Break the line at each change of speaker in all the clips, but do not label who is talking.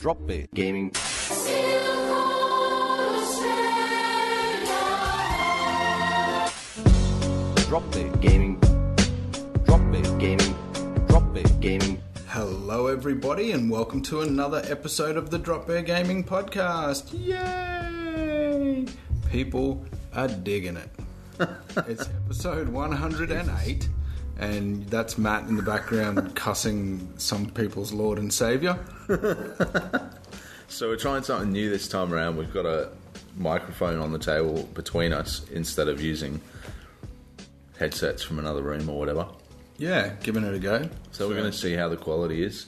drop B.
gaming.
Drop B.
gaming,
Drop B.
gaming,
Drop B.
gaming.
Hello, everybody, and welcome to another episode of the Drop Bear Gaming Podcast. Yay! People are digging it. it's episode 108, and that's Matt in the background cussing some people's Lord and Savior.
So we're trying something new this time around. We've got a microphone on the table between us instead of using headsets from another room or whatever.
Yeah, giving it a go.
So we're going to see how the quality is,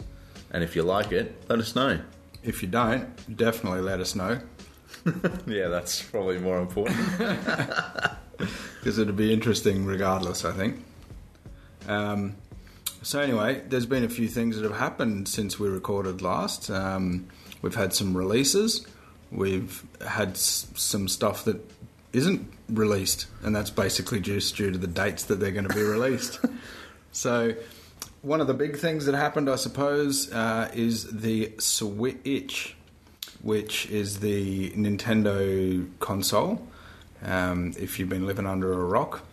and if you like it, let us know.
If you don't, definitely let us know,
Yeah, that's probably more important.
because it'll be interesting regardless, I think. Um, So anyway, there's been a few things that have happened since we recorded last. Um, we've had some releases. We've had s- some stuff that isn't released, and that's basically just due to the dates that they're going to be released. so one of the big things that happened, I suppose, uh, is the Switch, which is the Nintendo console. Um, if you've been living under a rock,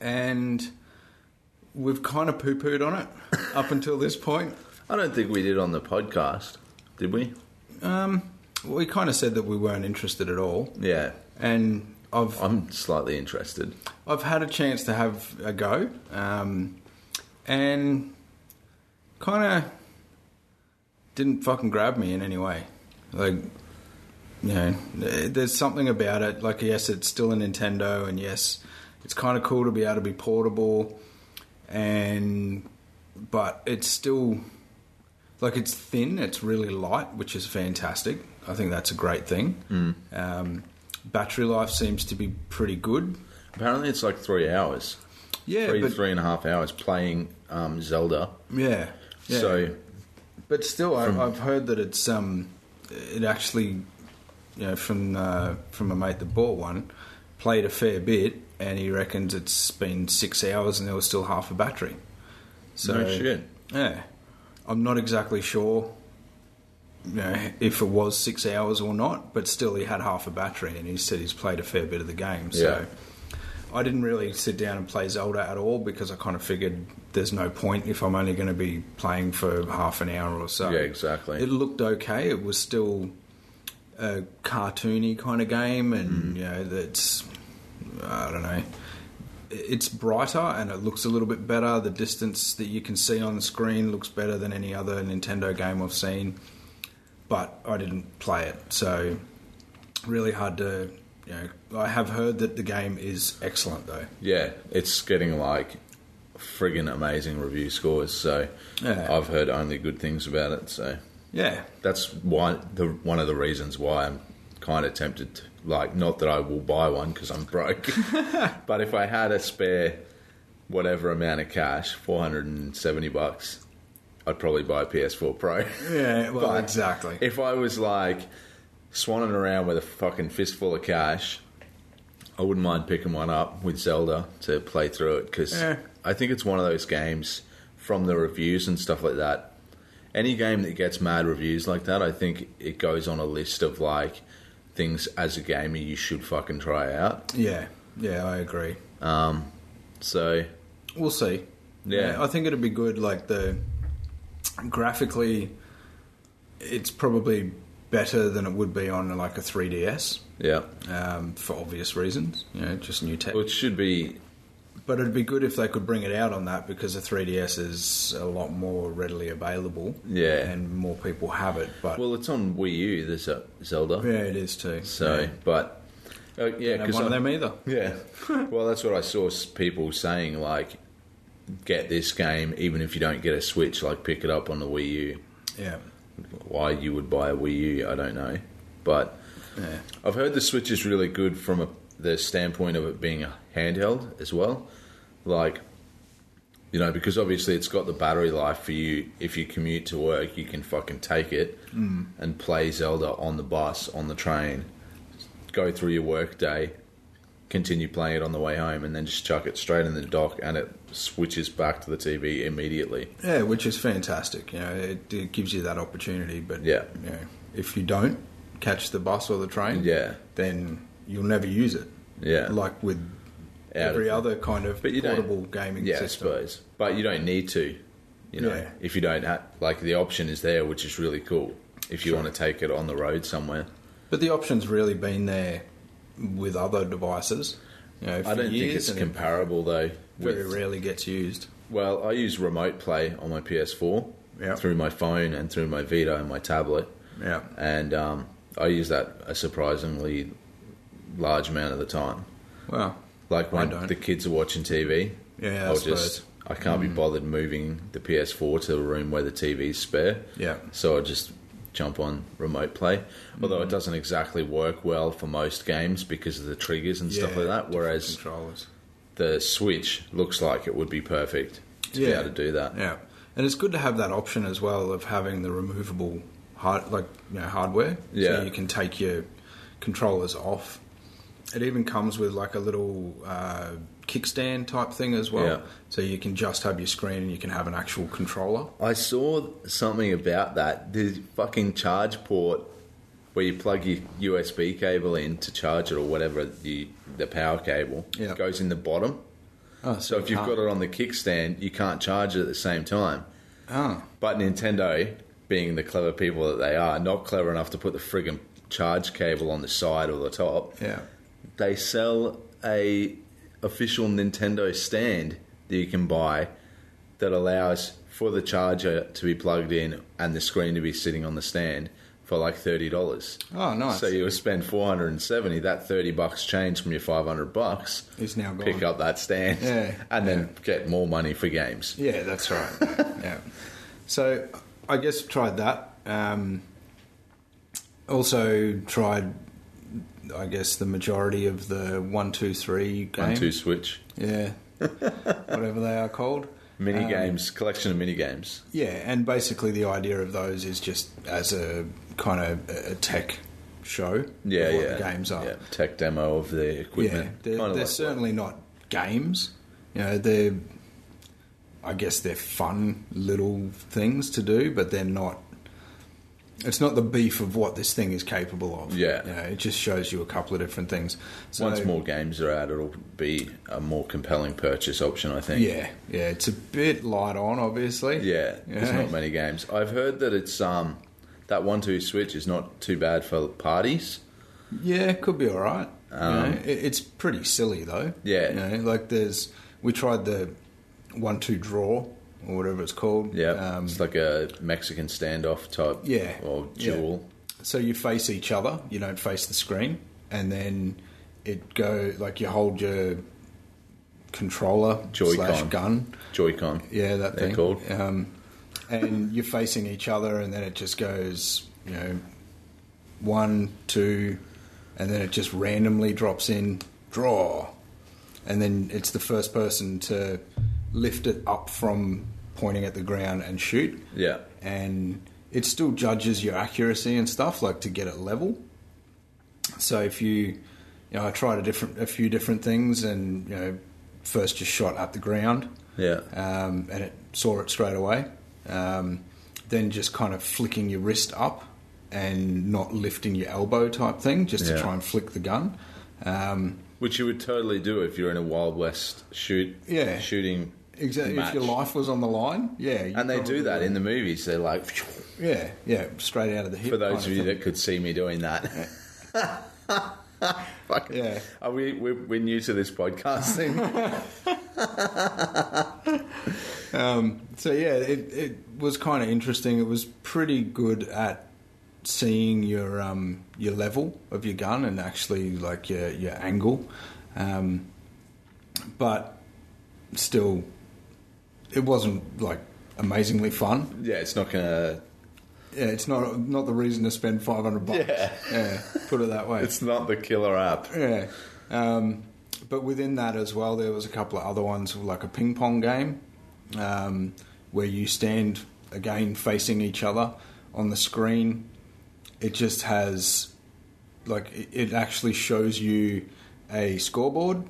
and we've kind of poo pooed on it up until this point.
I don't think we did on the podcast, did we?
We kind of said that we weren't interested at all,
Yeah,
and I've
I'm slightly interested.
I've had a chance to have a go, um, and kind of didn't fucking grab me in any way. Like, you know, there's something about it. Like, yes, it's still a Nintendo, and yes, it's kind of cool to be able to be portable, and but it's still like it's thin. It's really light, which is fantastic. I think that's a great thing. Um, battery life seems to be pretty good.
Apparently, it's like three hours,
Yeah,
three
but
three and a half hours playing um, Zelda.
yeah, yeah.
So
but still, I, I've heard that it's um, it actually, you know, from uh, from a mate that bought one, played a fair bit, and he reckons it's been six hours and there was still half a battery. So
no shit.
yeah, I'm not exactly sure. You know, if it was six hours or not, but still, he had half a battery, and he said he's played a fair bit of the game. So, I didn't really sit down and play Zelda at all because I kind of figured there's no point if I'm only going to be playing for half an hour or so.
Yeah, exactly.
It looked okay. It was still a cartoony kind of game,
Mm.
and you know that's I don't know. It's brighter and it looks a little bit better. The distance that you can see on the screen looks better than any other Nintendo game I've seen, but I didn't play it, so really hard to. You know, I have heard that the game is excellent though.
Yeah, it's getting like friggin' amazing review scores. So
Yeah.
I've heard only good things about it. So
Yeah,
that's why the one of the reasons why I'm kind of tempted. To, like, not that I will buy one because I'm broke, but if I had a spare whatever amount of cash, four hundred and seventy bucks, I'd probably buy a PS4 Pro.
yeah, well,
But
exactly.
If I was like swanning around with a fucking fistful of cash, I wouldn't mind picking one up with Zelda to play through it because
Yeah.
I think it's one of those games from the reviews and stuff like that. Any game that gets mad reviews like that, I think it goes on a list of like things as a gamer you should fucking try out.
yeah, yeah, I agree.
So
We'll see.
Yeah.
I think it'd be good. Like the graphically, it's probably better than it would be on like a 3ds
yeah,
um, for obvious reasons. You know, just new tech.
it should be
But it'd be good if they could bring it out on that because the 3ds is a lot more readily available.
Yeah.
and more people have it. But
well. It's on Wii U. There's a Zelda.
yeah, it is too.
So,
yeah.
but uh, yeah,
Don't have
because
one of them either.
Yeah. well, that's what I saw s- people saying. Like, get this game, even if you don't get a Switch. Like, pick it up on the Wii U.
Yeah,
Why you would buy a Wii U, I don't know. But
yeah,
I've heard the Switch is really good from a, the standpoint of it being a handheld as well. Like, you know, because obviously it's got the battery life for you. If you commute to work, you can fucking take it
Mm.
and play Zelda on the bus, on the train, go through your work day, continue playing it on the way home, and then just chuck it straight in the dock, and it switches back to the TV immediately.
Yeah, which is fantastic. You know, it, it gives you that opportunity. But
Yeah.
you know, if you don't catch the bus or the train,
Yeah,
then you'll never use it.
yeah.
Like with
Out of-
every other kind of
But you don't-
portable gaming
yeah,
system.
I suppose. But you don't need to, you know,
Yeah.
if you don't have, like, the option is there, which is really cool if you
Sure.
want to take it on the road somewhere.
But the option's really been there with other devices. You know, for
I don't think
years,
it's
and
comparable, though.
it very
with-
rarely gets used.
Well, I use remote play on my PS4
Yeah.
through my phone and through my Vita and my tablet.
Yeah,
And um, I use that a surprisingly large amount of the time.
well,
Like
I
when
don't.
the kids are watching TV,
Yeah, I
I'll
suppose.
just I Mm. can't be bothered moving the PS4 to the room where the TV's spare.
yeah,
So I just jump on remote play. Although
Mm-hmm.
it doesn't exactly work well for most games because of the triggers and stuff
Yeah,
like that.
different
Whereas
controllers.
the Switch looks like it would be perfect to be
Yeah.
able to do that.
Yeah, and it's good to have that option as well of having the removable hard, like you know, hardware.
Yeah.
so you can take your controllers off. It even comes with like a little uh, kickstand type thing as well,
Yeah.
so you can just have your screen and you can have an actual controller.
I saw something about that. The fucking charge port where you plug your USB cable in to charge it or whatever the the power cable
Yeah.
goes in the bottom.
Oh,
So if you've got it on the kickstand, you can't charge it at the same time.
oh,
But Nintendo, being the clever people that they are, not clever enough to put the friggin' charge cable on the side or the top.
yeah,
They sell a official Nintendo stand that you can buy that allows for the charger to be plugged in and the screen to be sitting on the stand for like thirty dollars.
oh, nice.
So you would spend four hundred and seventy. That thirty bucks change from your five hundred bucks.
It's now gone.
Pick up that stand
Yeah.
and then get more money for games.
Yeah, that's right. yeah. So I guess tried that. Um, also tried, I guess, the majority of the one, two, three game.
One two switch.
Yeah. Whatever they are called.
Mini
Um,
games, collection of mini games.
Yeah, and basically the idea of those is just as a kind of a tech show.
Yeah,
of what
yeah.
the games are.
Yeah, Tech demo of the
Yeah,
equipment.
they're,
Kinda
they're
like-
certainly not games. You know, they're I guess they're fun little things to do, but they're not. It's not the beef of what this thing is capable of.
Yeah.
you know, it just shows you a couple of different things. So,
Once more games are out, it'll be a more compelling purchase option, I think.
yeah, yeah, it's a bit light on, obviously.
Yeah, there's
Yeah.
not many games. I've heard that it's um that one two switch is not too bad for parties.
Yeah, it could be all right. you know, it, it's pretty silly though.
Um, Yeah.
you know, like there's we tried the one two draw or whatever it's called.
Yeah,
Um,
it's like a Mexican standoff type.
Yeah.
or
Yeah.
duel.
So you face each other, you don't face the screen, and then it go like you hold your controller
Joy-Con.
slash gun,
Joy-Con.
yeah, that
They're
thing,
called.
um, and you're facing each other, and then it just goes, you know, one, two, and then it just randomly drops in draw, and then it's the first person to lift it up from pointing at the ground and shoot
Yeah,
and it still judges your accuracy and stuff like to get it level so if you you know i tried a different a few different things and you know first just shot at the ground
yeah,
um, and it saw it straight away um, then just kind of flicking your wrist up and not lifting your elbow type thing just
Yeah.
to try and flick the gun um,
which you would totally do if you're in a Wild West shoot.
Yeah.
shooting.
exactly if
match.
your life was on the line yeah you
And they do
probably
that
would.
in the movies. They're like,
yeah yeah straight out of the hip
for those
kind
of you
thing.
that could see me doing that. Fuck.
Yeah.
Are we, we're, we're new to this podcast thing.
So yeah, it it was kind of interesting. It was pretty good at seeing your um your level of your gun and actually like your your angle, um, but still, it wasn't like amazingly fun.
yeah, it's not going to.
Yeah, it's not not the reason to spend five hundred bucks.
Yeah.
yeah, put it that way.
It's not the killer app.
Yeah. Um, but within that as well, there was a couple of other ones, like a ping pong game, um, where you stand again facing each other on the screen. It just has, like, it, it actually shows you a scoreboard,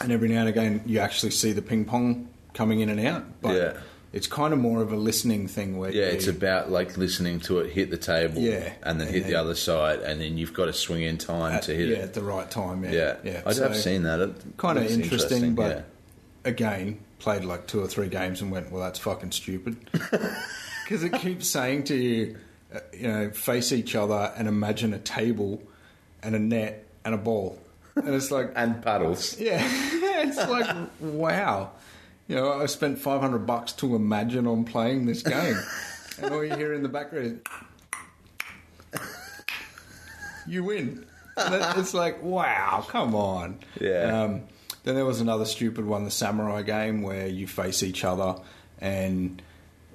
and every now and again you actually see the ping pong coming in and out. But
Yeah.
it's kind of more of a listening thing where
Yeah,
you-
it's about like listening to it hit the table,
Yeah.
and then hit the
Yeah.
other side, and then you've got to swing in time
at,
to hit
yeah,
it.
at the right time. Yeah,
Yeah, I'd
so
have seen that. It
Kind of
looks
interesting, but
yeah.
again, played like two or three games and went, "Well, that's fucking stupid," because it keeps saying to you, uh, you know, face each other and imagine a table and a net and a ball, and it's like,
and paddles.
yeah, it's like, wow, you know, I spent five hundred bucks to imagine on playing this game, and all you hear in the background is, "You win." And it- it's like, wow, come on.
Yeah.
Um, then there was another stupid one, the samurai game, where you face each other and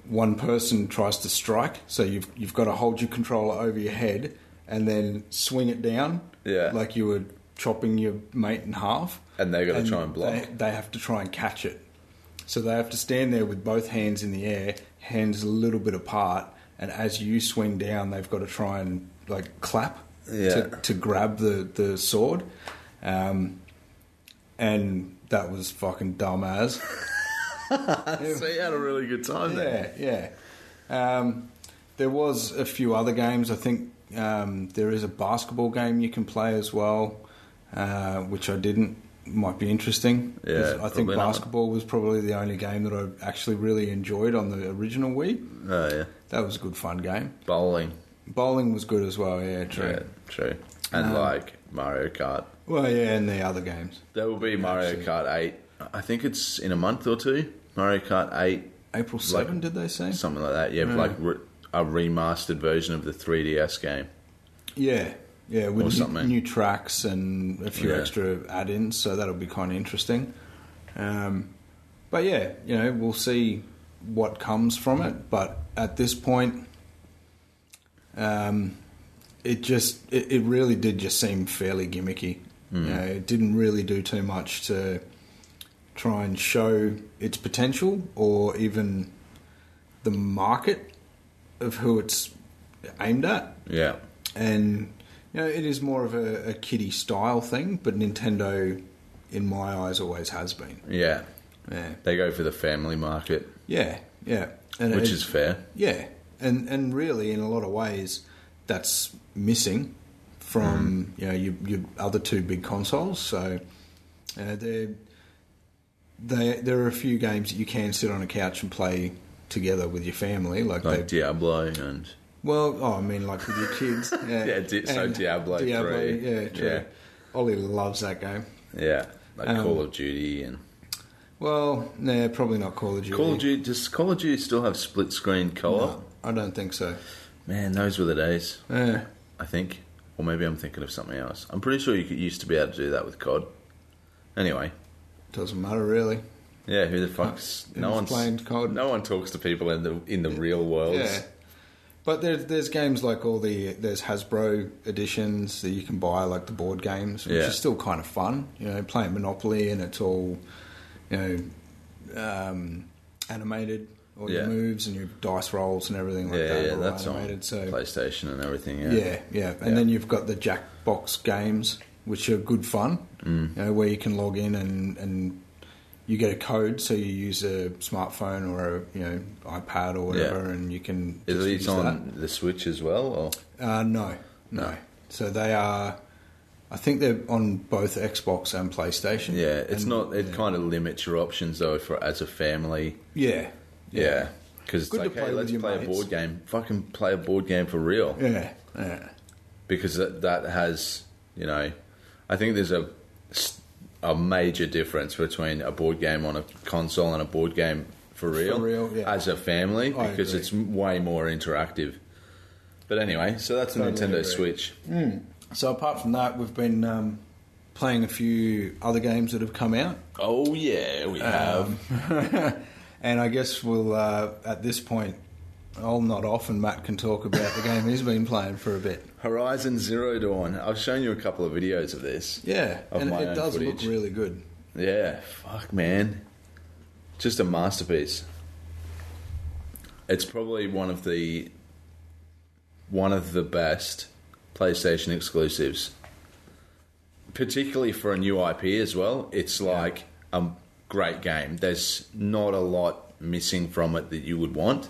one person tries to strike. So you've you've got to hold your controller over your head and then swing it down,
Yeah.
like you were chopping your mate in half.
And they've got to try and block.
They, they have to try and catch it. So they have to stand there with both hands in the air, hands a little bit apart, and as you swing down, they've got to try and like clap
Yeah.
to, to grab the the sword. Um, and that was fucking dumb as.
So you had a really good time there.
yeah, yeah. Um, there was a few other games. I think um, there is a basketball game you can play as well, uh, which I didn't. Might be interesting. 'cause
Yeah,
I think
probably not.
basketball was probably the only game that I actually really enjoyed on the original Wii.
Oh yeah,
That was a good fun game.
bowling.
Bowling was good as well. Yeah, Um, true.
Yeah, true. And like Mario Kart.
Well, yeah, and the other games.
There will be Mario Kart Eight. I think it's in a month or two. Mario Kart Eight,
April seven, did they say?
something like that. Yeah, like re- a remastered version of the 3DS game.
Yeah, yeah, with
Or
new-
something.
new tracks and a few
Yeah.
extra add-ins, so that'll be kind of interesting. Um, but yeah, you know, we'll see what comes from it. But at this point, um, it just it, it really did just seem fairly gimmicky.
Hmm.
You know, it didn't really do too much to try and show its potential or even the market of who it's aimed at
Yeah,
and you know it is more of a, a kiddie style thing, but Nintendo, in my eyes, always has been.
yeah.
Yeah,
They go for the family market,
yeah, yeah. And
which
it-
is fair.
yeah, and and really in a lot of ways, that's missing
Hmm.
from you know your, your other two big consoles. So uh, there, they there are a few games that you can sit on a couch and play together with your family, like,
Like
they
Diablo and
Well, oh, I mean, like with your kids. Yeah,
Yeah, Di- so
And
Diablo three.
Yeah, true.
Yeah.
Ollie loves that game.
yeah, like
Um,
Call of Duty and
Well, nah, probably not Call of Duty.
Call of Duty. Does Call of Duty still have split screen co-op?
No, I don't think so.
Man, those were the days.
Yeah.
I think, or maybe I'm thinking of something else. I'm pretty sure you could, used to be able to do that with COD. Anyway,
Doesn't matter really.
yeah, who the fuck's
Who's
no one's
playing COD?
No one talks to people in the in the real world.
Yeah. But there's there's games like all the there's Hasbro editions that you can buy like the board games, which
Yeah.
is still kind of fun. You know, playing Monopoly and it's all, you know, um, animated. All
Yeah.
your moves and your dice rolls and everything like
yeah,
that.
yeah,
are all
that's
animated.
on
so
PlayStation and everything. Yeah,
Yeah, yeah. And
Yeah.
then you've got the Jackbox games, which are good fun, mm. you know, where you can log in and, and you get a code, so you use a smartphone or a you know iPad or whatever, and you can.
is
just
it
use
on the Switch as well? Or
that. Uh, no, no,
No.
So they are. I think they're on both Xbox and PlayStation.
yeah, it's
And-
not. It
yeah.
kind of limits your options though for as a family.
Yeah,
Yeah, because
Good to
it's like,
play
hey,
with
let's
your
play a
mates.
board game. Fucking play a board game for real.
yeah, yeah.
because that, that has you know i think there's a a major difference between a board game on a console and a board game for real,
real, yeah.
as a family
I
because
agree.
it's way more interactive but anyway so that's a
Totally
nintendo
agree.
switch
So apart from that, we've been um, playing a few other games that have come out.
oh yeah we have
and I guess we'll uh, at this point, I'll nod off, and Matt can talk about the game he's been playing for a bit.
horizon zero dawn i've shown you a couple of videos of this
Yeah,
Of
and
my
it
own
does
footage.
look really good.
Yeah, fuck, man. Just a masterpiece. It's probably one of the one of the best PlayStation exclusives particularly for a new IP as well, it's like a great game. There's not a lot missing from it that you would want.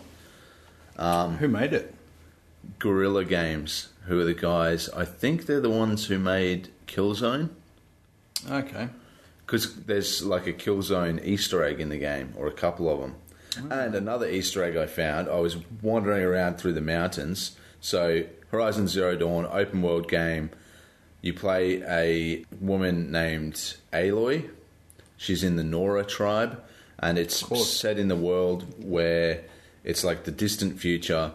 Who made it?
Guerrilla Games, who are the guys? I think they're the ones who made Killzone.
Okay.
Because there's like a Killzone Easter egg in the game, or a couple of them. And another Easter egg I found, I was wandering around through the mountains. So, Horizon Zero Dawn, open world game. You play a woman named Aloy. She's in the Nora tribe, and it's
course.
set in the world where it's like the distant future.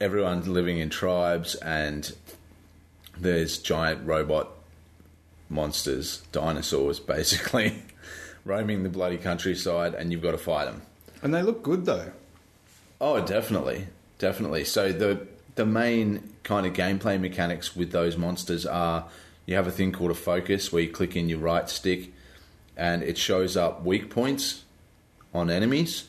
Everyone's living in tribes, and there's giant robot monsters, dinosaurs, basically, roaming the bloody countryside, and you've got to fight them.
And they look good though.
Oh, definitely, definitely. So the the main kind of gameplay mechanics with those monsters are you have a thing called a focus where you click in your right stick, and it shows up weak points on enemies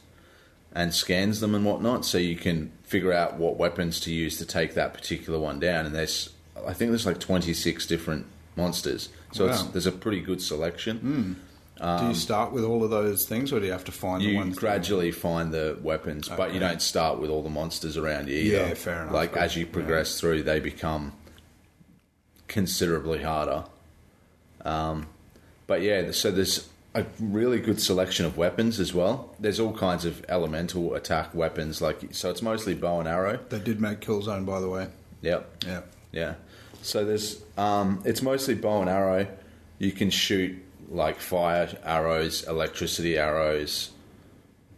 and scans them and whatnot, so you can figure out what weapons to use to take that particular one down. And there's, I think there's like 26 different monsters, so it's,
Wow.
there's a pretty good selection.
do you start with all of those things, or do you have to find the
Um, you
ones? that-
gradually find the weapons, but you
Okay.
don't start with all the monsters around you either.
Yeah, fair enough.
Like
Good.
as you progress through, they become considerably harder. Um, but yeah, so there's a really good selection of weapons as well. There's all kinds of elemental attack weapons, like so. It's mostly bow and arrow.
They did make Killzone, by the way.
Yep.
Yeah.
Yeah. So there's um, it's mostly bow and arrow. You can shoot like fire arrows, electricity arrows,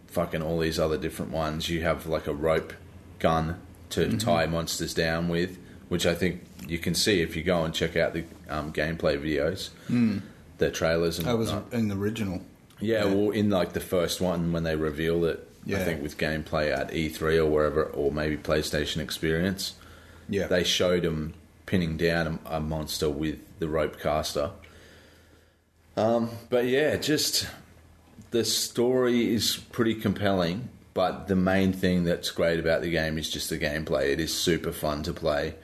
fucking all these other different ones. You have like a rope gun to
Mm-hmm.
tie monsters down with, which I think you can see if you go and check out the um, gameplay videos, mm. the trailers and
Hmm. That was
whatnot.
in the original.
Yeah, well, in like the first one when they revealed it, I
Yeah.
think with gameplay at E3 or wherever, or maybe PlayStation Experience
Yeah.
they showed him pinning down a, a monster with the rope caster. Um, but yeah, just the story is pretty compelling. But the main thing that's great about the game is just the gameplay. It is super fun to play.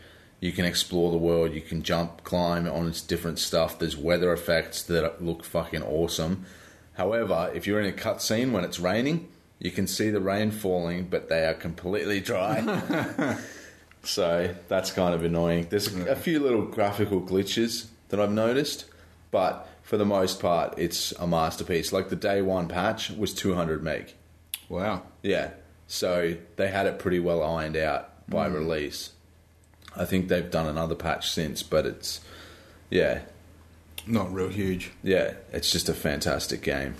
You can explore the world. You can jump, climb on its different stuff. There's weather effects that look fucking awesome. However, if you're in a cutscene when it's raining, you can see the rain falling, but they are completely dry. So that's kind of annoying. There's a, a few little graphical glitches that I've noticed, but for the most part, it's a masterpiece. Like the day one patch was 200 meg.
wow.
Yeah. So they had it pretty well ironed out by release. I think they've done another patch since, but it's, yeah,
Not real huge.
yeah, it's just a fantastic game.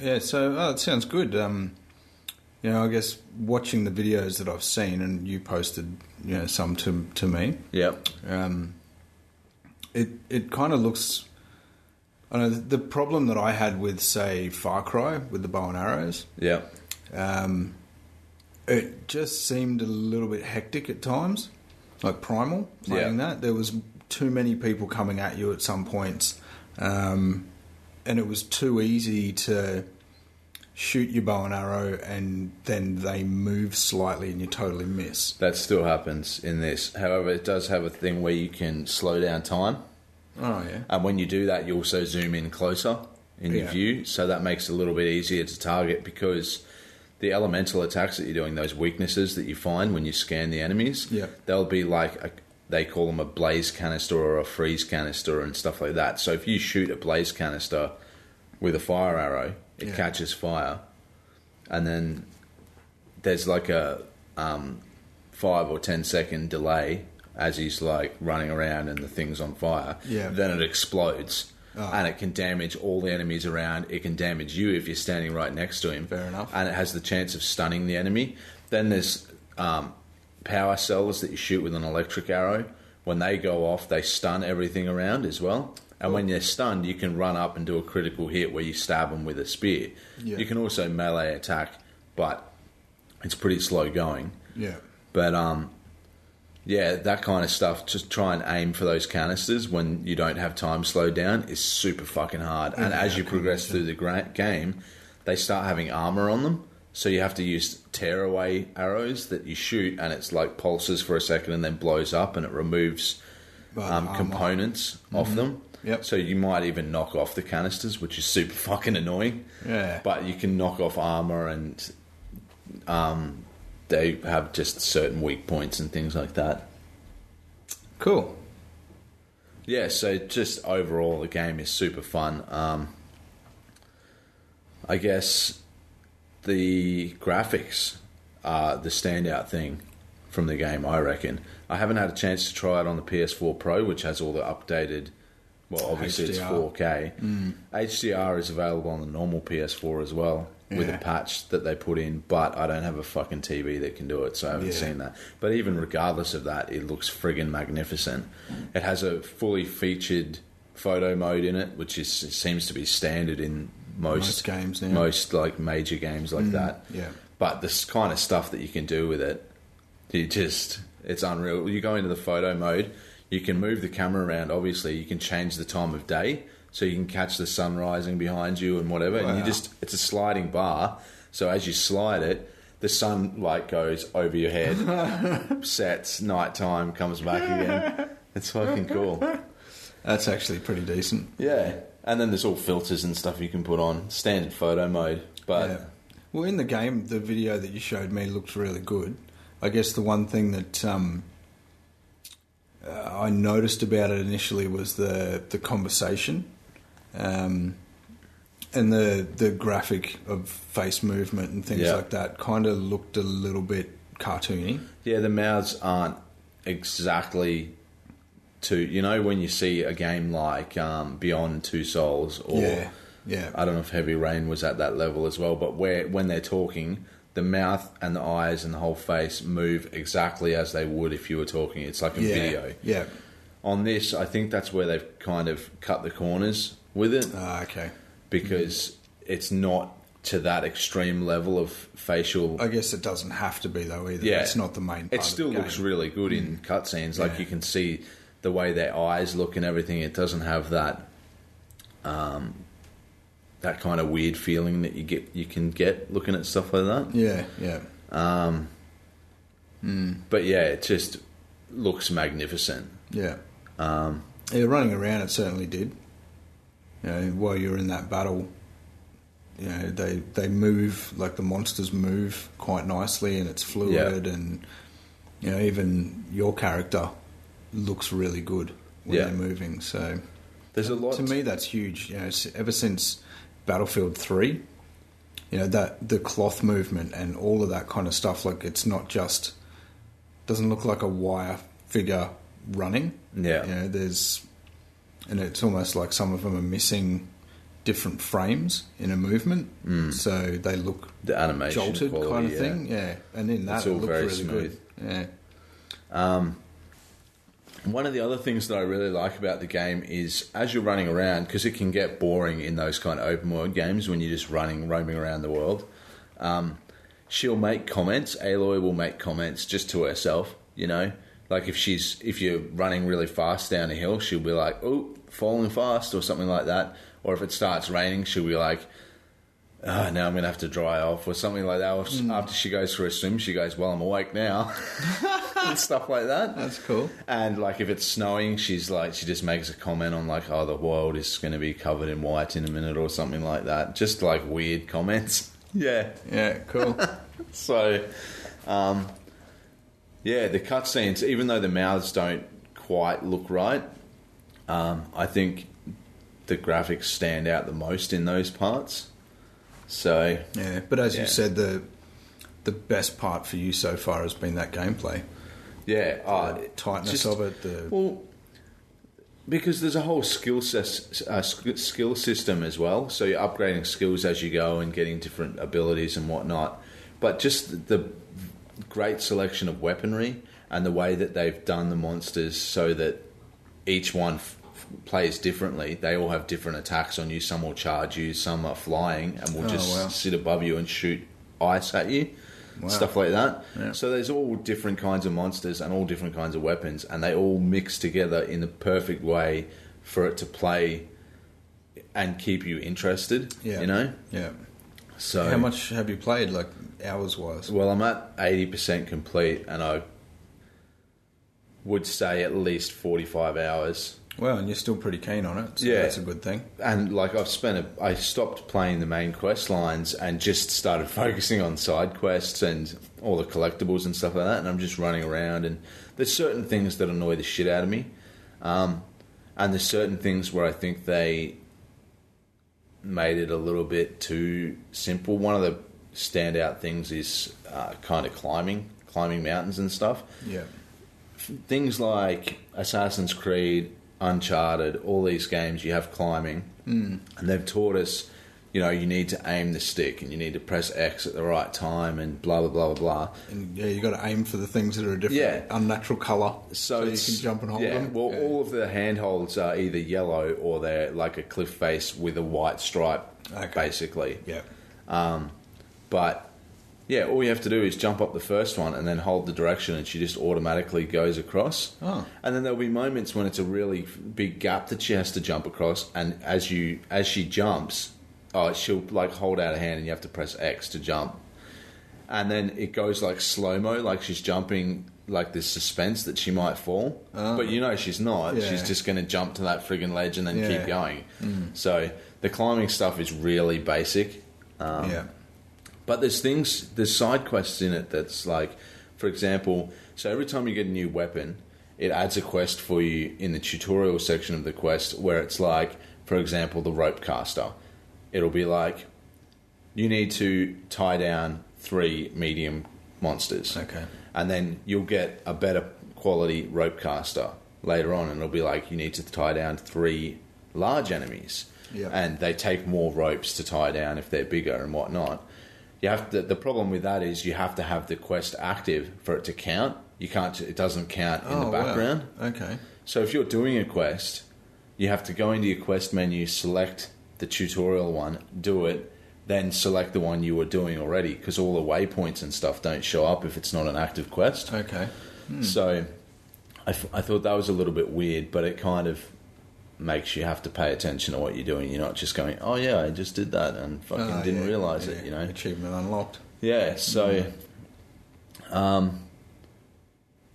Yeah. So oh, that sounds good. Um, you know, I guess watching the videos that I've seen, and you posted, you know, some to to me.
Yep.
um, it it kind of looks. I know the problem that I had with, say, Far Cry with the bow and arrows,
Yep.
um, it just seemed a little bit hectic at times. Like Primal playing that, there was too many people coming at you at some points, um, and it was too easy to shoot your bow and arrow, and then they move slightly and you totally miss.
That still happens in this. However, it does have a thing where you can slow down time.
Oh yeah,
And when you do that, you also zoom in closer in your
Yeah.
view, so that makes it a little bit easier to target because the elemental attacks that you're doing, those weaknesses that you find when you scan the enemies,
Yeah.
they'll be like a, they call them a blaze canister or a freeze canister and stuff like that. So if you shoot a blaze canister with a fire arrow, it
Yeah.
catches fire, and then there's like a um, five or ten second delay as he's like running around and the thing's on fire.
Yeah.
Then it explodes.
Ah.
And it can damage all the enemies around. It can damage you if you're standing right next to him.
Fair enough.
And it has the chance of stunning the enemy. Then there's um, power cells that you shoot with an electric arrow. When they go off, they stun everything around as well. And when they're stunned, you can run up and do a critical hit where you stab them with a spear.
Yeah.
You can also melee attack, but it's pretty slow going.
yeah,
But um, yeah, that kind of stuff. Just try and aim for those canisters when you don't have time slowed down is super fucking hard. And
Yeah,
as
I
you
can
progress through the gra- game, they start having armor on them, so you have to use tear away arrows that you shoot, and it's like pulses for a second and then blows up, and it removes
Well,
um,
I'm
components off them.
mm-hmm. Yep.
So you might even knock off the canisters, which is super fucking annoying.
Yeah.
But you can knock off armor, and um, they have just certain weak points and things like that.
Cool.
Yeah, so just overall, the game is super fun. Um, I guess the graphics are the standout thing from the game, I reckon. I haven't had a chance to try it on the PS4 Pro, which has all the updated. Well, obviously it's
HDR.
4K. HDR is available on the normal PS4 as well with
Yeah.
a patch that they put in, but I don't have a fucking TV that can do it, so I haven't
Yeah.
seen that. But even regardless of that, it looks friggin' magnificent. It has a fully featured photo mode in it, which is seems to be standard in most,
Most games now. Mm,
most like major games like that.
yeah.
But this kind of stuff that you can do with it, you just it's unreal. You go into the photo mode, you can move the camera around. Obviously, you can change the time of day, so you can catch the sun rising behind you and whatever. And you
Wow.
just it's a sliding bar, so as you slide it. The sunlight goes over your head, sets, nighttime, comes back again. It's fucking cool.
That's actually pretty decent.
Yeah, and then there's all filters and stuff you can put on. Standard photo mode, but
yeah. Well, in the game, the video that you showed me looked really good. I guess the one thing that um, uh, I noticed about it initially was the the conversation, um, and the the graphic of face movement and things
Yeah.
like that. Kind of looked a little bit cartoony.
Yeah, the mouths aren't exactly to you know when you see a game like um, Beyond Two Souls or
yeah, yeah,
I don't know if Heavy Rain was at that level as well, but where when they're talking, the mouth and the eyes and the whole face move exactly as they would if you were talking. It's like a
yeah,
video.
Yeah.
On this, I think that's where they've kind of cut the corners with it
Ah, okay.
because it's not to that extreme level of facial
I guess it doesn't have to be though either.
Yeah.
it's not the main. Part
it still
of the
looks
game.
really good in cutscenes. Like
Yeah.
you can see the way their eyes look and everything. It doesn't have that um, that kind of weird feeling that you get you can get looking at stuff like that.
Yeah, yeah.
But yeah, it just looks magnificent.
Yeah. yeah, running around it certainly did. You know, while you're in that battle, you know, they they move like the monsters move quite nicely and it's fluid and you know, even your character looks really good when
Yeah.
they're moving. So
There's a lot
to me that's huge. You know, s- ever since Battlefield Three, you know that the cloth movement and all of that kind of stuff. Like it's not just doesn't look like a wire figure running.
Yeah.
you know, there's and it's almost like some of them are missing different frames in a movement, so they look
the Hmm. animation
jolted
quality,
kind of
yeah.
thing. Yeah, and in that
It's
it
all
looked
very
really
smooth.
good. Yeah,
One of the other things that I really like about the game is as you're running around, because it can get boring in those kind of open world games when you're just running, roaming around the world. Um, she'll make comments. Aloy will make comments just to herself, you know. Like if she's if you're running really fast down a hill, she'll be like, "Oh, falling fast" or something like that. Or if it starts raining, she'll be like, oh, now I'm going to have to dry off or something like that. Or if- After she goes for a swim, she goes, well, I'm awake now. and stuff like that.
That's cool.
And like if it's snowing, she's like, she just makes a comment on like, oh, the world is going to be covered in white in a minute or something like that. Just like weird comments. Yeah.
yeah, cool.
So, um, yeah, the cutscenes, even though the mouths don't quite look right, um, I think the graphics stand out the most in those parts. So,
Yeah, but as
Yeah.
you said, the the best part for you so far has been that gameplay,
Yeah, uh,
the tightness
just-
of it. The
Well, because there's a whole skill ses- uh, sk- skill system as well, so you're upgrading skills as you go and getting different abilities and whatnot. But just the great selection of weaponry and the way that they've done the monsters so that each one f- f- plays differently. They all have different attacks on you. Some will charge you, some are flying, and will
Oh,
just
wow.
sit above you and shoot ice at you.
Wow.
Stuff like that.
Yeah.
So there's all different kinds of monsters and all different kinds of weapons, and they all mix together in the perfect way for it to play and keep you interested.
yeah,
You know.
yeah.
So
How much have you played, like hours wise?
Well, I'm at eighty percent complete, and I would say at least 45 hours.
Well, and you're still pretty keen on it, so
Yeah.
that's a good thing.
And like I've spent, a, I stopped playing the main quest lines and just started focusing on side quests and all the collectibles and stuff like that. And I'm just running around, and there's certain things that annoy the shit out of me, um, and there's certain things where I think they made it a little bit too simple. One of the standout things is uh, kind of climbing, climbing mountains and stuff
Yeah.
things like Assassin's Creed, Uncharted, all these games you have climbing,
Hmm.
mm. and they've taught us, you know, you need to aim the stick and you need to press X at the right time and blah blah blah blah blah.
And yeah, you got to aim for the things that are a different,
Yeah.
unnatural colour,
So,
so, you
it's-
can jump and hold
yeah,
them.
Well,
Yeah.
all of the handholds are either yellow or they're like a cliff face with a white stripe,
Okay.
basically.
yeah,
But yeah, all you have to do is jump up the first one and then hold the direction, and she just automatically goes across.
Oh.
And then there'll be moments when it's a really big gap that she has to jump across, and as you as she jumps, oh, she'll like hold out a hand, and you have to press X to jump. And then it goes like slow mo, like she's jumping, like this suspense that she might fall, but you know she's not.
Oh. Yeah.
She's just going to jump to that friggin' ledge and then
Yeah. Mm.
keep going. So the climbing stuff is really basic. Um,
yeah,
But there's things, there's side quests in it that's like, for example, so every time you get a new weapon, it adds a quest for you in the tutorial section of the quest where it's like, for example, the rope caster. It'll be like, you need to tie down three medium monsters.
Okay.
And then you'll get a better quality rope caster later on, and it'll be like, you need to tie down three large enemies.
Yeah.
And they take more ropes to tie down if they're bigger and whatnot. You have to, the problem with that is you have to have the quest active for it to count. You can't. It doesn't count in the
Oh, wow.
background.
Okay,
So if you're doing a quest, you have to go into your quest menu, select the tutorial one, do it, then select the one you were doing already because all the waypoints and stuff don't show up if it's not an active quest.
okay,
So I, f- I thought that was a little bit weird, but it kind of makes you have to pay attention to what you're doing. You're not just going, oh yeah, I just did that and fucking
Ah,
didn't
yeah,
realize
yeah.
it, you know?
achievement unlocked.
Yeah, so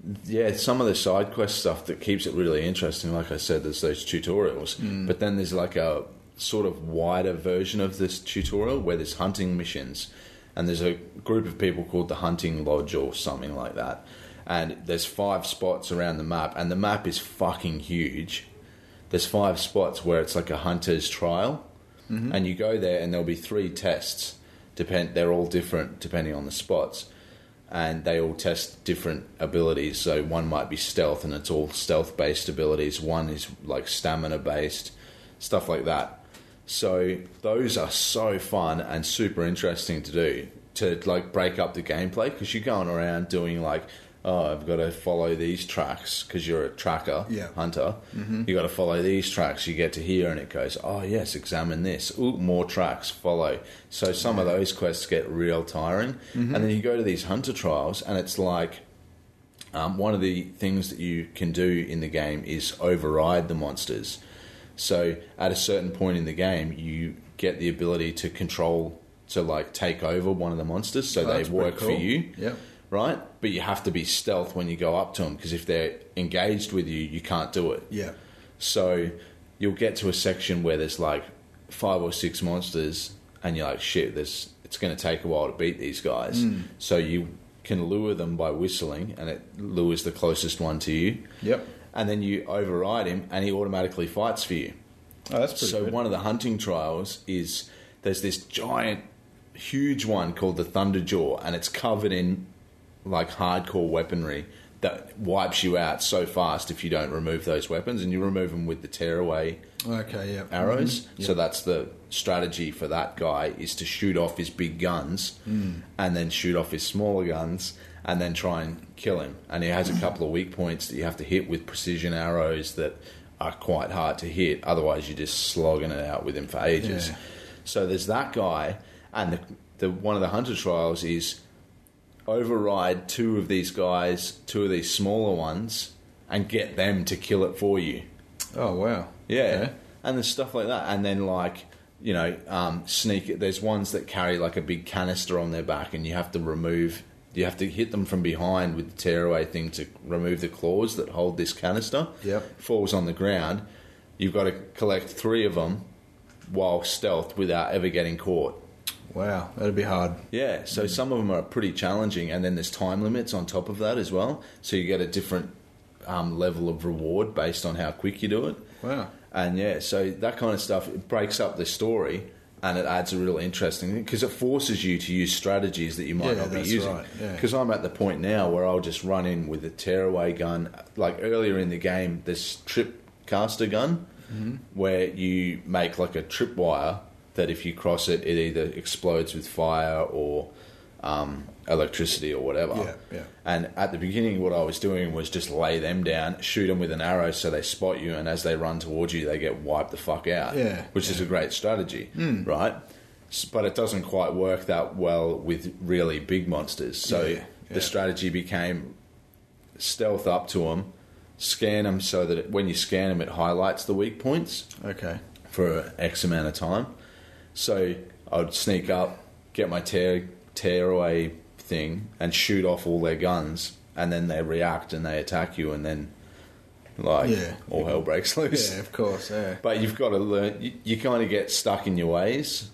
um yeah, some of the side quest stuff that keeps it really interesting, like I said, there's those tutorials. But then there's like a sort of wider version of this tutorial where there's hunting missions and there's a group of people called the hunting lodge or something like that. And there's five spots around the map and the map is fucking huge. There's five spots where it's like a hunter's trial and you go there and there'll be three tests depend they're all different depending on the spots and they all test different abilities so one might be stealth and it's all stealth based abilities one is like stamina based stuff like that so those are so fun and super interesting to do to like break up the gameplay because you're going around doing like oh i've got to follow these tracks because you're a tracker
Yeah.
hunter
Mm-hmm.
you got to follow these tracks you get to here and it goes oh yes examine this Ooh, more tracks follow so some of those quests get real tiring
Mm-hmm.
and then you go to these hunter trials and it's like um, one of the things that you can do in the game is override the monsters. So at a certain point in the game, you get the ability to control, to like take over one of the monsters, so
Oh,
they
that's pretty
work for
cool.
you.
Yep.
Right, but you have to be stealth when you go up to them because if they're engaged with you, you can't do it.
Yeah,
So you'll get to a section where there's like five or six monsters, and you're like, shit, this it's going to take a while to beat these guys. So you can lure them by whistling, and it lures the closest one to you.
yep.
And then you override him, and he automatically fights for you.
Oh, that's pretty
So
good.
one of the hunting trials is there's this giant, huge one called the Thunderjaw, and it's covered in like hardcore weaponry that wipes you out so fast if you don't remove those weapons, and you remove them with the tearaway
okay, yeah,
arrows. So that's the strategy for that guy is to shoot off his big guns and then shoot off his smaller guns and then try and kill him. And he has a couple of weak points that you have to hit with precision arrows that are quite hard to hit. Otherwise, you're just slogging it out with him for ages.
Yeah.
So there's that guy, and the, the one of the hunter trials is override two of these guys, two of these smaller ones, and get them to kill it for you.
Oh wow,
Yeah.
Okay.
And there's stuff like that. And then, like, you know, um, sneak. There's ones that carry like a big canister on their back, and you have to remove you have to hit them from behind with the tearaway thing to remove the claws that hold this canister.
Yep.
Falls on the ground. You've got to collect three of them while stealth without ever getting caught.
Wow, that'd be hard.
Yeah, so some of them are pretty challenging, and then there's time limits on top of that as well. So you get a different um, level of reward based on how quick you do it.
Wow.
And yeah, so that kind of stuff it breaks up the story and it adds a real interesting thing because it forces you to use strategies that you might
Yeah,
not be
that's
using.
right, yeah.
Because I'm at the point now where I'll just run in with a tearaway gun, like earlier in the game, this trip caster gun,
Mm-hmm.
where you make like a tripwire that if you cross it, it either explodes with fire or um, electricity or whatever.
Yeah, yeah.
And at the beginning, what I was doing was just lay them down, shoot them with an arrow so they spot you, and as they run towards you, they get wiped the fuck out.
Yeah. Hmm.
Which is a great strategy, right? S- But it doesn't quite work that well with really big monsters. So
Yeah, yeah.
the strategy became stealth up to them, scan them so that it, when you scan them, it highlights the weak points
Okay.
for X amount of time. So I'd sneak up, get my tear tearaway thing, and shoot off all their guns, and then they react and they attack you, and then like
Yeah.
all hell breaks loose.
Yeah, of course. Yeah.
But you've got to learn. You, you kind of get stuck in your ways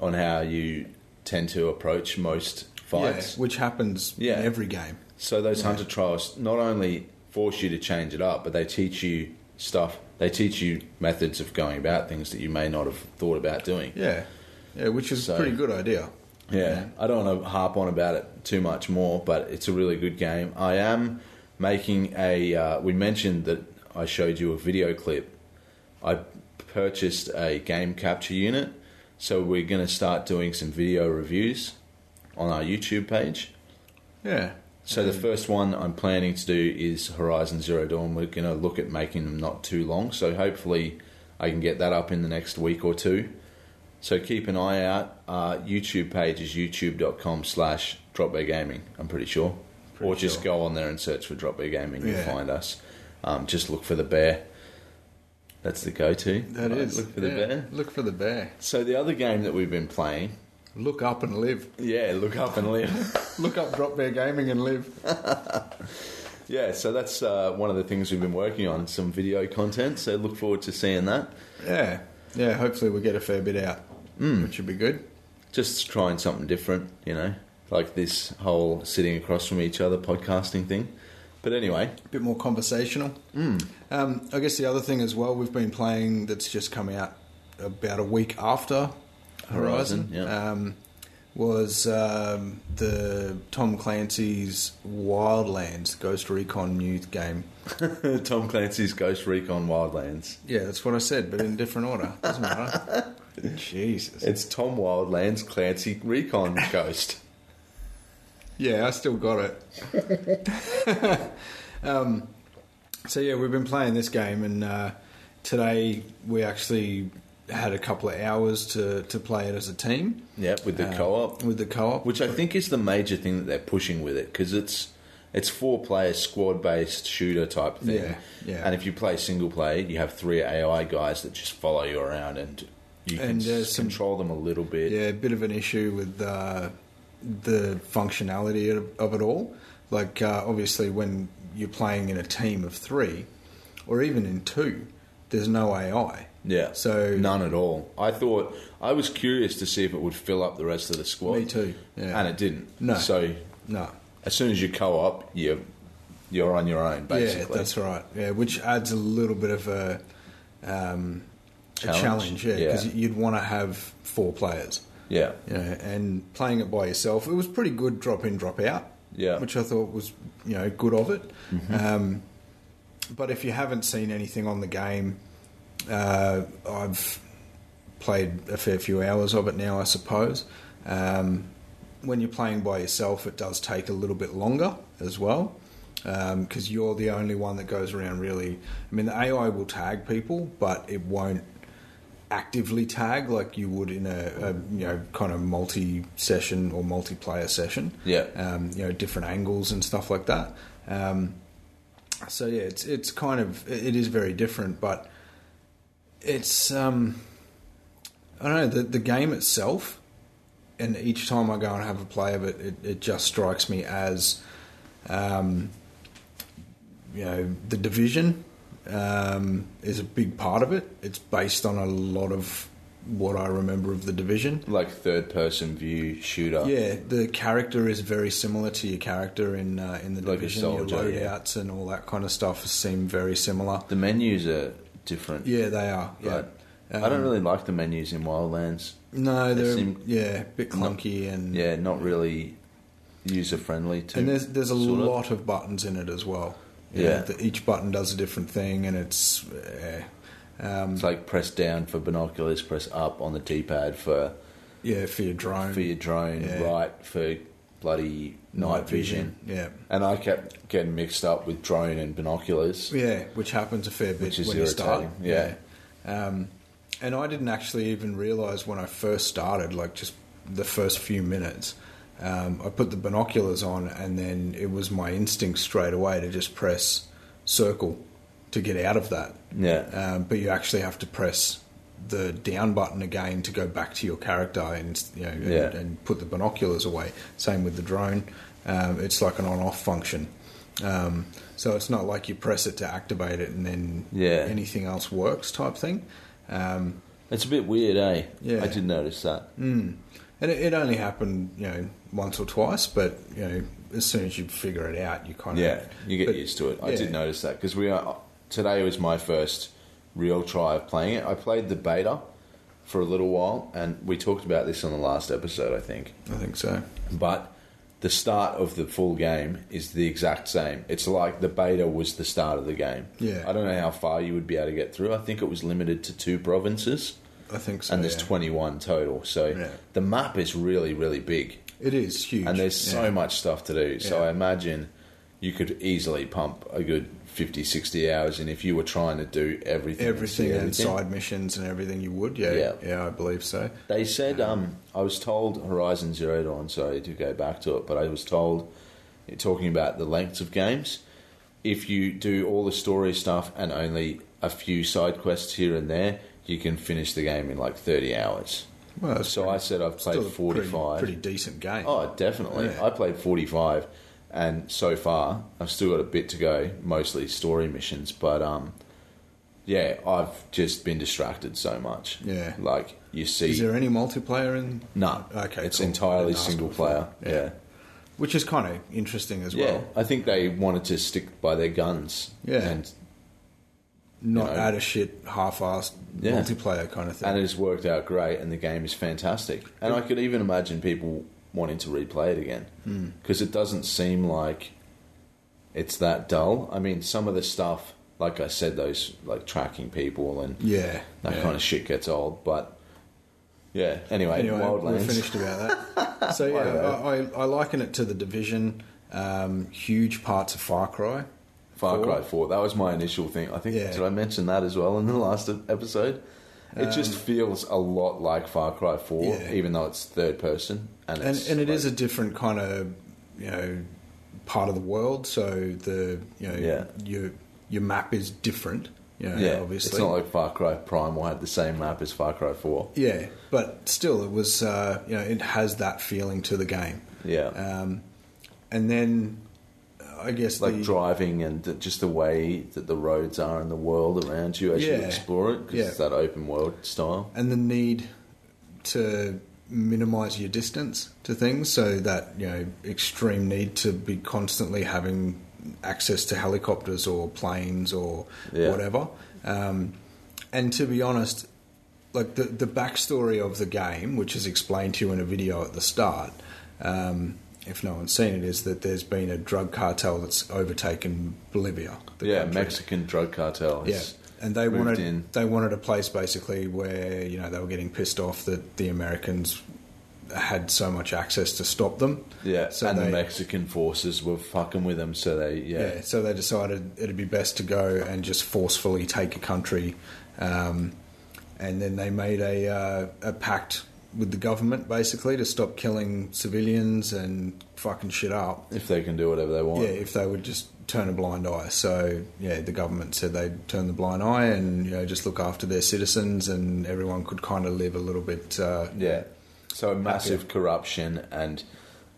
on how you tend to approach most
yeah,
fights.
which happens
Yeah.
in every game.
So those hunter trials not only force you to change it up, but they teach you stuff. They teach you methods of going about things that you may not have thought about doing.
Yeah. Yeah, which is
So-
a pretty good idea.
Yeah, I don't want to harp on about it too much more, but it's a really good game. I am making a. Uh, we mentioned that I showed you a video clip. I purchased a game capture unit, so we're going to start doing some video reviews on our YouTube page.
Yeah.
So
Mm.
the first one I'm planning to do is Horizon Zero Dawn. We're going to look at making them not too long. So hopefully I can get that up in the next week or two. So keep an eye out. Our YouTube page is youtube.com slash Dropbear Gaming, I'm pretty sure.
Pretty
or just
sure.
go on there and search for Dropbear Gaming. You'll
Yeah.
find us. Um, just look for the bear. That's the go-to.
that is.
Right, Look for the
yeah.
bear.
Look for the bear.
So the other game that we've been playing...
Look up and live.
Yeah, look up and live.
Look up Drop Bear Gaming and live.
Yeah, so that's uh, one of the things we've been working on, some video content. So look forward to seeing that.
Yeah. Yeah, hopefully we'll get a fair bit out,
Hmm.
which would be good.
Just trying something different, you know, like this whole sitting across from each other podcasting thing. But anyway,
A bit more conversational.
Hmm.
Um, I guess the other thing as well we've been playing that's just come out about a week after Horizon,
Horizon, yeah.
um, was um, the Tom Clancy's Wildlands Ghost Recon new game.
Tom Clancy's Ghost Recon Wildlands.
Yeah, that's what I said, but in different order. Doesn't matter. Jesus.
It's Tom Wildlands Clancy Recon Ghost.
Yeah, I still got it. um, so yeah, we've been playing this game, and uh, today we actually had a couple of hours to, to play it as a team
Yep, with the
uh,
co-op,
with the co-op.
which I think is the major thing that they're pushing with it because it's it's four player squad based shooter type thing.
Yeah, yeah.
And if you play single player, you have three AI guys that just follow you around and you can
And there's
s-
some-
control them a little bit.
yeah, a bit of an issue with uh, the functionality of- of it all. Like, uh, obviously, when you're playing in a team of three, or even in two, there's no AI.
Yeah.
So-
none at all. I thought I was curious to see if it would fill up the rest of the squad.
Me too, yeah.
And it didn't.
No.
So
No,
as soon as you co-op, you you're on your own basically.
Yeah, that's right. Yeah, which adds a little bit of a, um,
Challenge.
a challenge. Yeah, because
Yeah.
you'd want to have four players.
yeah.
You know, and playing it by yourself, it was pretty good drop in, drop out.
Yeah. Mm-hmm.
which I thought was you know good of it. Um, but if you haven't seen anything on the game, uh, I've played a fair few hours of it now, I suppose. Um, when you're playing by yourself, it does take a little bit longer as well, because you're the only one that goes around really. I mean, the AI will tag people, but it won't actively tag like you would in a, a you know kind of multi-session or multiplayer session.
Yeah.
um, you know, different angles and stuff like that. Um, so yeah, it's it's kind of it is very different, but it's um, I don't know the the game itself and each time I go and have a play of it, it, it just strikes me as, um, you know, the division um, is a big part of it. It's based on a lot of what I remember of the division.
Like third person view shooter.
Yeah, the character is very similar to your character in uh, in the
Like a
division. your
soldier, yeah.
loadouts and all that kind of stuff seem very similar.
The menus are different.
Yeah, they are. Yeah. Um,
Right. I don't really like the menus in Wildlands.
No,
They
they're
seem-
yeah, a bit
not-
clunky and
Yeah, not really user friendly to
and there's there's a
sort of.
lot of. buttons in it as well. You
Yeah.
know, the- each button does a different thing, and it's uh, um,
It's like press down for binoculars, press up on the T pad for
yeah for your drone,
for your drone,
Yeah.
right for bloody night, vision.
Yeah,
And I kept getting mixed up with drone and binoculars.
yeah, which happens a fair bit
Which is
when you start.
irritating, yeah.
Yeah. Um, and I didn't actually even realize when I first started, like just the first few minutes. Um, I put the binoculars on, and then it was my instinct straight away to just press circle to get out of that.
Yeah.
um, but you actually have to press the down button again to go back to your character and you know and,
Yeah.
and put the binoculars away. Same with the drone; um, it's like an on-off function. Um, so it's not like you press it to activate it and then
Yeah.
anything else works type thing. Um,
It's a bit weird, eh?
Yeah.
I did notice that.
and it, it only happened you know once or twice, but you know as soon as you figure it out, you kind of
Yeah, you get
but-
used to it. I
yeah.
did notice that because we are today was my first real try of playing it. I played the beta for a little while, and we talked about this on the last episode, I think.
I think so.
But the start of the full game is the exact same. It's like the beta was the start of the game.
Yeah.
I don't know how far you would be able to get through. I think it was limited to two provinces,
I think so.
and there's
yeah.
21 total. So
Yeah.
the map is really, really big.
It is huge,
And there's so
Yeah.
much stuff to do. So
Yeah.
I imagine you could easily pump a good 50, 60 hours in if you were trying to do everything. and see
everything and side missions and everything you would. Yeah,
Yeah.
yeah, I believe so.
They said, um, I was told Horizon Zero Dawn, sorry to go back to it, but I was told, eh, talking about the lengths of games, if you do all the story stuff and only a few side quests here and there, you can finish the game in like 30 hours.
Well, it's
So I said I've played
still a
45.
Pretty, pretty decent game.
Oh, definitely.
Yeah.
I played 45, and so far I've still got a bit to go, mostly story missions. But um, yeah, I've just been distracted so much.
Yeah.
like you see,
Is there any multiplayer in?
no.
Okay,
it's
cool.
entirely
Didn't ask
single
before.
player.
Yeah.
Yeah,
Which is kind of interesting as
yeah.
well.
I think they wanted to stick by their guns.
Yeah.
and
Not
You know.
add a shit, half-assed
Yeah.
multiplayer kind of thing.
and it has worked out great, and the game is fantastic. And I could even imagine people wanting to replay it
Hmm.
again because it doesn't seem like it's that dull. I mean, some of the stuff, like I said, those like tracking people and
yeah,
that
yeah.
kind of shit gets old. But yeah, anyway,
Anyway, we're
Wildlands.
finished about that. so yeah, I, I, I liken it to the division. Um, huge parts of Far Cry.
Far
Four.
Cry Four. That was my initial thing. I think
Yeah.
did I mention that as well in the last e- episode? It just feels a lot like Far Cry Four,
Um, Yeah.
even though it's third person, and
and
it's
and it
like-
is a different kind of you know part of the world. So the you know
Yeah.
your your map is different. You know,
Yeah,
obviously.
It's not like Far Cry Primal had the same map as Far Cry 4.
yeah, but still, it was uh, you know it has that feeling to the game.
Yeah.
Um, and then I guess
like
the,
driving and th- just the way that the roads are and the world around you as you
Yeah.
explore it, because
Yeah.
it's that open world style.
and the need to minimize your distance to things so that you know extreme need to be constantly having access to helicopters or planes or
Yeah.
whatever um, and to be honest like the the backstory of the game which is explained to you in a video at the start um, if no one's seen it is that there's been a drug cartel that's overtaken Bolivia the
yeah,
country.
Mexican drug cartel.
Yeah,
It's-
and they
moved
wanted
in.
they wanted a place basically where you know they were getting pissed off that the Americans had so much access to stop them.
Yeah,
so
and the
they-
Mexican forces were fucking with them, so they, yeah.
Yeah, so they decided it'd be best to go and just forcefully take a country, um, and then they made a uh, a pact with the government basically to stop killing civilians and fucking shit up.
If they can do whatever they want.
Yeah, if they would just turn a blind eye. So yeah, the government said they'd turn the blind eye and you know just look after their citizens, and everyone could kind of live a little bit uh,
Yeah. So massive corruption and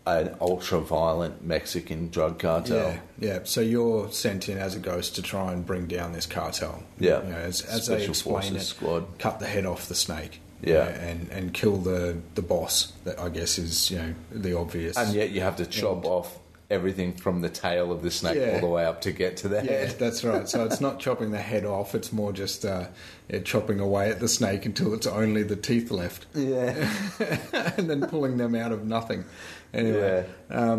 an ultra violent Mexican drug cartel.
Yeah, yeah. So you're sent in as a ghost to try and bring down this cartel.
Yeah.
You know, as as they
Special
explain
Forces
it,
squad.
cut the head off the snake.
Yeah.
you know, and and kill the the boss. That I guess is you know the obvious.
And yet you have to chop off everything from the tail of the snake
Yeah.
all the way up to get to the
yeah,
head.
that's right. So it's not chopping the head off. It's more just uh, yeah, chopping away at the snake until it's only the teeth left,
Yeah.
and then pulling them out of nothing. Anyway,
Yeah.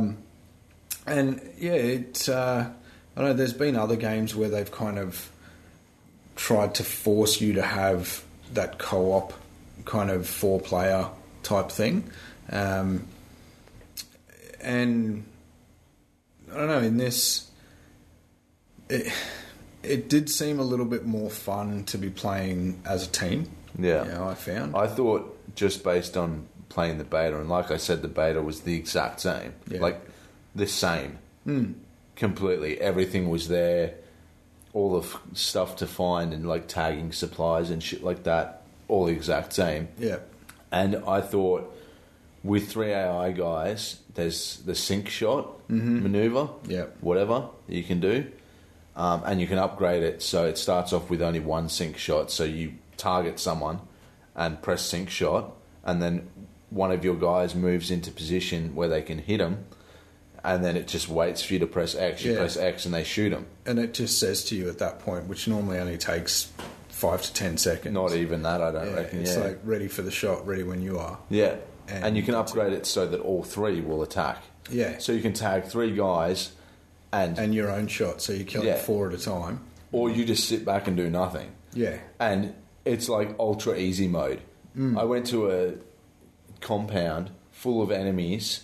And yeah, it's uh, I know there's been other games where they've kind of tried to force you to have that co-op kind of four-player type thing, um, and I don't know. In this, it it did seem a little bit more fun to be playing as a team.
Yeah.
you know, I found.
I thought just based on playing the beta, and like I said, the beta was the exact same,
Yeah. Hmm.
like the same, completely. Everything was there, all the f- stuff to find, and like tagging supplies and shit like that, all the exact same.
yeah,
And I thought with three AI guys, there's the sync shot maneuver,
Mm-hmm. Yep.
whatever you can do, um, and you can upgrade it. So it starts off with only one sync shot. So you target someone and press sync shot, and then one of your guys moves into position where they can hit them, and then it just waits for you to press X. You
Yeah.
press X, and they shoot them.
and it just says to you at that point, which normally only takes five to ten seconds.
Not even that, I don't
Yeah,
reckon.
it's
yeah.
like ready for the shot, ready when you are.
Yeah.
And
And, you can
that's
upgrade it so that all three will attack.
Yeah.
So you can tag three guys and,
And your own shot, so you kill
Yeah.
it four at a time.
or you just sit back and do nothing.
Yeah.
And it's like ultra easy mode. I went to a compound full of enemies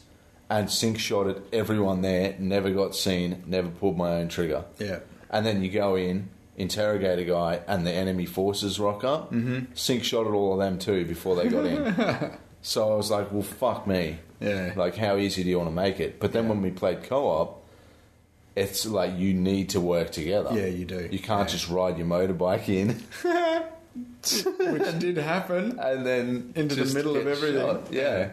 and sync shot at everyone there, never got seen, never pulled my own trigger.
Yeah.
And then you go in, interrogate a guy, and the enemy forces rock up. Mm-hmm. Sync shot at all of them too before they got in. so I was like, well, fuck me.
Yeah.
Like, how easy do you want to make it? But then when we played co op, it's like you need to work together.
Yeah, you do.
You can't
Yeah.
just ride your motorbike in
Which did happen.
and then
Into the
just
middle of
get
everything.
shot. Yeah.
Yeah.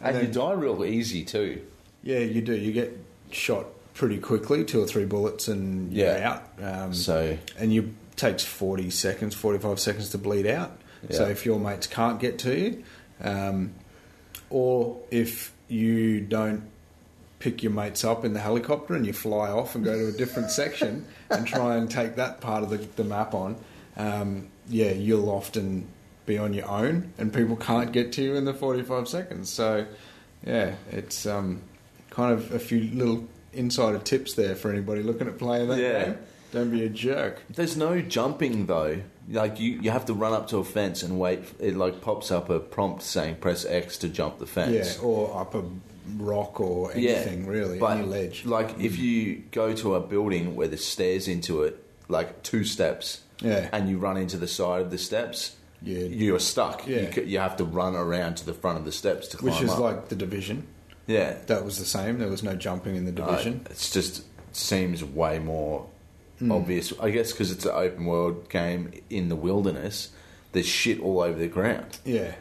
And,
And
you die real easy too.
Yeah, you do. You get shot pretty quickly, two or three bullets, and you're
Yeah.
out. Um,
So-
and you takes forty seconds, forty five seconds to bleed out. So
Yeah.
if your mates can't get to you, um, or if you don't pick your mates up in the helicopter and you fly off and go to a different section and try and take that part of the, the map on, um, yeah, you'll often be on your own and people can't get to you in the 45 seconds. So, yeah, it's um, kind of a few little insider tips there for anybody looking at playing that
Yeah.
game. Don't be a jerk.
There's no jumping though. Like you, you have to run up to a fence and wait. It like pops up a prompt saying press X to jump the
Yeah,
fence.
or up a rock or anything, really,
but,
any ledge.
Like if you go to a building where there's stairs into it, like two steps,
Yeah.
and you run into the side of the steps,
Yeah.
you're stuck. You
Yeah.
You, you have to run around to the front of the steps to climb
Which is
up.
like the division.
yeah,
That was the same. There was no jumping in the division.
Uh, it's just seems way more
Hmm.
obvious. I guess because it's an open world game in the wilderness. There's shit all over the ground,
Yeah.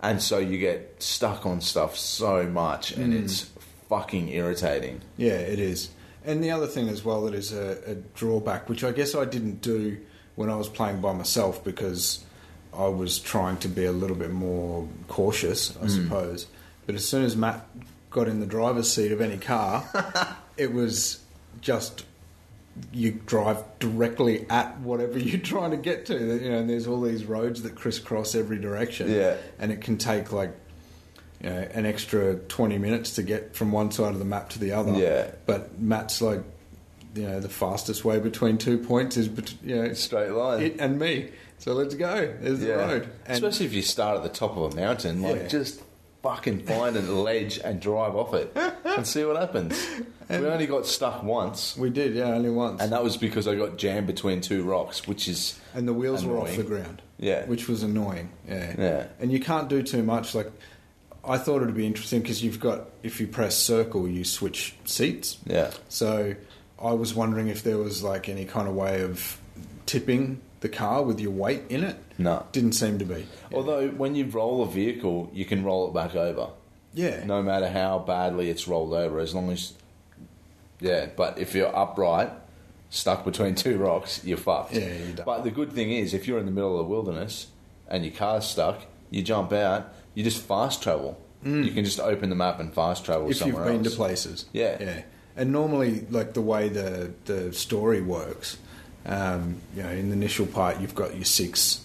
and so you get stuck on stuff so much, and
Hmm.
it's fucking irritating.
Yeah, it is. And the other thing as well that is a, a drawback, which I guess I didn't do when I was playing by myself because I was trying to be a little bit more cautious, I suppose. But as soon as Matt got in the driver's seat of any car, it was just you drive directly at whatever you're trying to get to. You know, and there's all these roads that crisscross every direction.
Yeah.
and it can take like you know, an extra 20 minutes to get from one side of the map to the other.
Yeah.
But Matt's like, you know, the fastest way between two points is, bet- you know,
Straight line.
it and me. So let's go. There's the road. And
Especially if you start at the top of a mountain, like
Yeah.
just fucking find a ledge and drive off it and see what happens. we only got stuck once,
we did, yeah, only once.
and
And,
that was because I got jammed between two rocks, which is
the wheels were off
Annoying.
the ground.
Yeah.
Which was annoying. Yeah.
Yeah.
And you can't do too much. Like, I thought it would be interesting because you've got, if you press circle, you switch seats.
yeah,
So I was wondering if there was like any kind of way of tipping the car with your weight in it.
No.
Didn't seem to be.
Although when you roll a vehicle, you can roll it back over,
Yeah.
no matter how badly it's rolled over, as long as yeah. But if you're upright, stuck between two rocks, you're fucked.
Yeah, you're done.
But the good thing is, if you're in the middle of the wilderness and your car's stuck, you jump out, you just fast travel. You can just open the map and fast travel
Mm. if you've
somewhere
been to
else.
places.
Yeah.
yeah. And normally, like the way the the story works, um, you know, in the initial part, you've got your six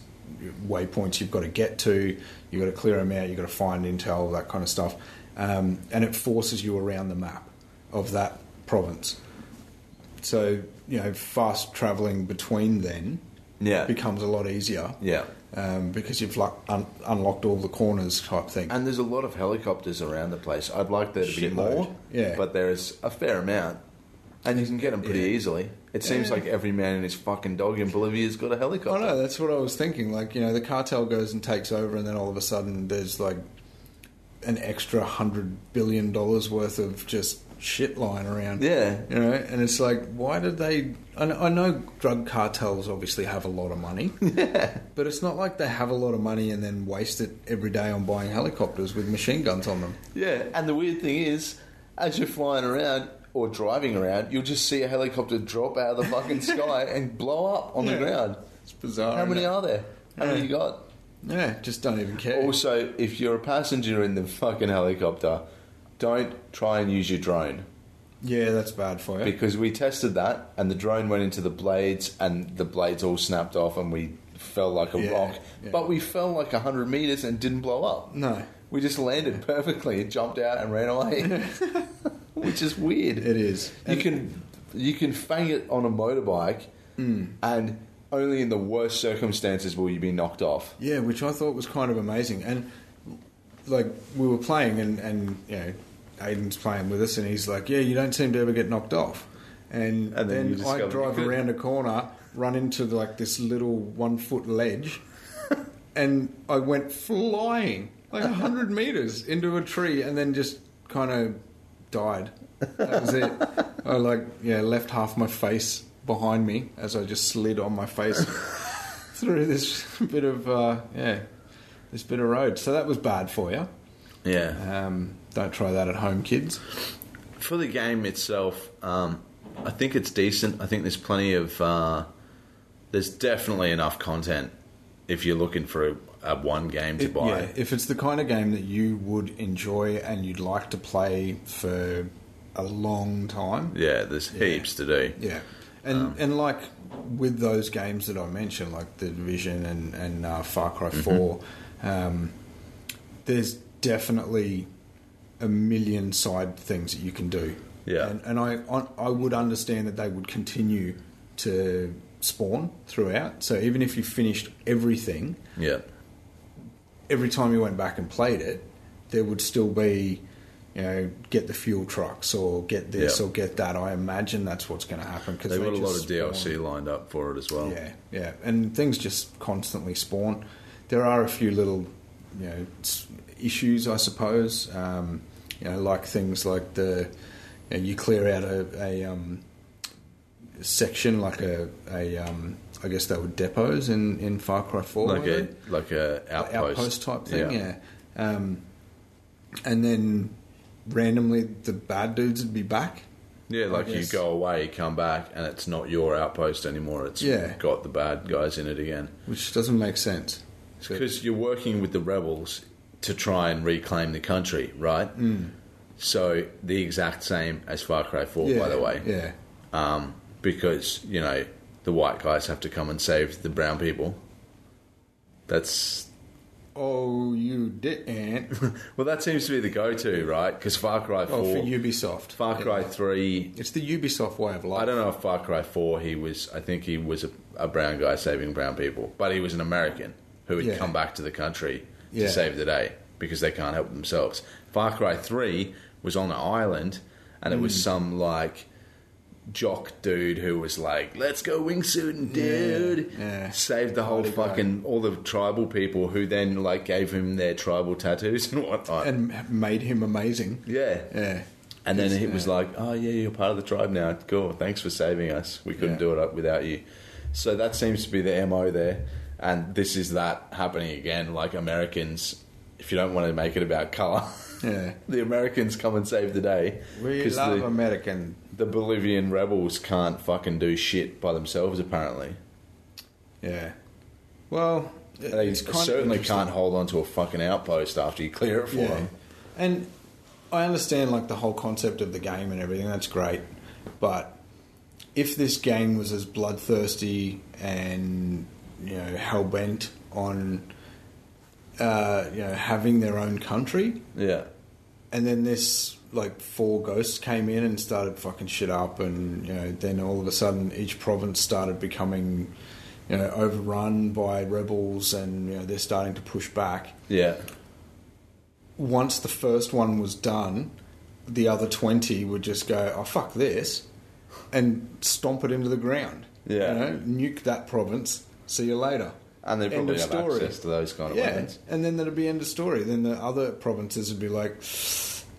waypoints you've got to get to, you've got to clear them out, you've got to find intel, that kind of stuff, um, and it forces you around the map of that province. So you know, fast traveling between then
yeah,
becomes a lot easier.
yeah.
Um, because you've like un- unlocked all the corners, type thing.
And there's a lot of helicopters around the place. I'd like there to be
Shitload.
more,
Yeah.
But there is a fair amount, and you can get them pretty
Yeah.
easily. It seems
Yeah.
like every man and his fucking dog in Bolivia's got a
Oh
helicopter.
no, that's what I was thinking. Like you know, the cartel goes and takes over, and then all of a sudden, there's like an extra hundred billion dollars worth of just shit lying around.
Yeah,
You know, and it's like, why did they? I know, I know drug cartels obviously have a lot of money, but it's not like they have a lot of money and then waste it every day on buying helicopters with machine guns on them.
yeah. And the weird thing is, as you're flying around or driving around, you'll just see a helicopter drop out of the fucking sky and blow up on the
Yeah.
ground.
It's bizarre.
How
isn't
many
it?
are there? How many
Yeah.
you got?
Yeah, just don't even care.
Also, if you're a passenger in the fucking helicopter, don't try and use your drone.
yeah, that's bad for you.
because we tested that and the drone went into the blades and the blades all snapped off and we fell like a
Yeah,
rock
yeah.
but we fell like 100 meters and didn't blow up
no,
we just landed perfectly and jumped out and ran away which is weird
it is.
you can you can fang it on a motorbike
Hmm.
and only in the worst circumstances will you be knocked off
Yeah, which I thought was kind of amazing. And like we were playing, and and you know, Aiden's playing with us, and he's like, "Yeah, you don't seem to ever get knocked off." And,
And then you
then, I
discover you
drive
couldn't.
around a corner, run into like this little one foot ledge, and I went flying like hundred meters into a tree, and then just kind of died. That was it. I like yeah, left half my face behind me as I just slid on my face through this bit of uh, yeah, this bit of road. So that was bad for you.
yeah
Um, don't try that at home, kids.
for the game itself, um, I think it's decent. I think there's plenty of uh, there's definitely enough content if you're looking for a, a one game to buy.
yeah, if it's the kind of game that you would enjoy and you'd like to play for a long time,
Yeah, there's heaps to do.
yeah. And and like with those games that I mentioned, like The Division and and uh, Far Cry 4 um, there's definitely a million side things that you can do.
Yeah.
and, and I I- I would understand that they would continue to spawn throughout. So even if you finished everything,
Yeah,
every time you went back and played it, there would still be, you know, get the fuel trucks or get this
Yeah.
or get that. I imagine that's what's going to happen because
they've got a lot of DLC lined up for it as well.
Yeah, yeah, and things just constantly spawn. There are a few little, you know, s- issues I suppose. Um, you know, like things like the you, know, you clear out a, a um, section like a, a um, I guess they were depots in in Far Cry Four.
Like
were they?
a like a outpost,
type thing. Yeah. Um, and then randomly, the bad dudes would be back.
Yeah, like you
guess.
go away, come back, and it's not your outpost anymore. It's
Yeah.
got the bad guys in it again.
which doesn't make sense.
Because you're working with the rebels to try and reclaim the country, right? Mm. So the exact same as Far Cry 4, Oh, by the way.
yeah,
Um, because, you know, the white guys have to come and save the brown people. That's.
oh, you didn't.
Well, that seems to be the go to, right? Because Far Cry 4.
Oh, for Ubisoft,
Far Cry
Yeah.
3.
It's the Ubisoft way of life.
I don't know if Far Cry 4, he was. I think he was a, a brown guy saving brown people. But he was an American who had
Yeah.
come back to the country
Yeah.
to save the day because they can't help themselves. Far Cry 3 was on an island and it
Hmm.
was some like jock dude who was like, let's go wingsuiting, dude.
yeah.
Saved the whole
Bloody guy.
fucking, all the tribal people who then like gave him their tribal tattoos and whatnot.
And made him amazing.
yeah.
Yeah,
And then
It's,
it was
uh,
like, oh yeah, you're part of the tribe now. Cool, thanks for saving us. We couldn't
Yeah.
do it up without you. So that seems to be the MO there. And this is that happening again. Like Americans, if you don't want to make it about colour,
Yeah.
the Americans come and save the day.
We
'Cause
love
the,
American.
the Bolivian rebels can't fucking do shit by themselves, apparently.
Yeah. Well, it-
They
it's kind of
certainly
interesting.
can't hold on to a fucking outpost after you clear it for
Yeah.
them.
And I understand like the whole concept of the game and everything. That's great, but if this game was as bloodthirsty and you know hell bent on uh, you know having their own country,
Yeah.
and then this like four ghosts came in and started fucking shit up, and you know then all of a sudden each province started becoming you know overrun by rebels, and you know they're starting to push back
Yeah.
once the first one was done, the other 20 would just go, oh, fuck this, and stomp it into the ground.
Yeah.
You know, nuke that province. See you later.
And they
End
probably
of
have
story.
access to those kind of
yeah.
weapons.
And then that'd be end of story. Then the other provinces would be like,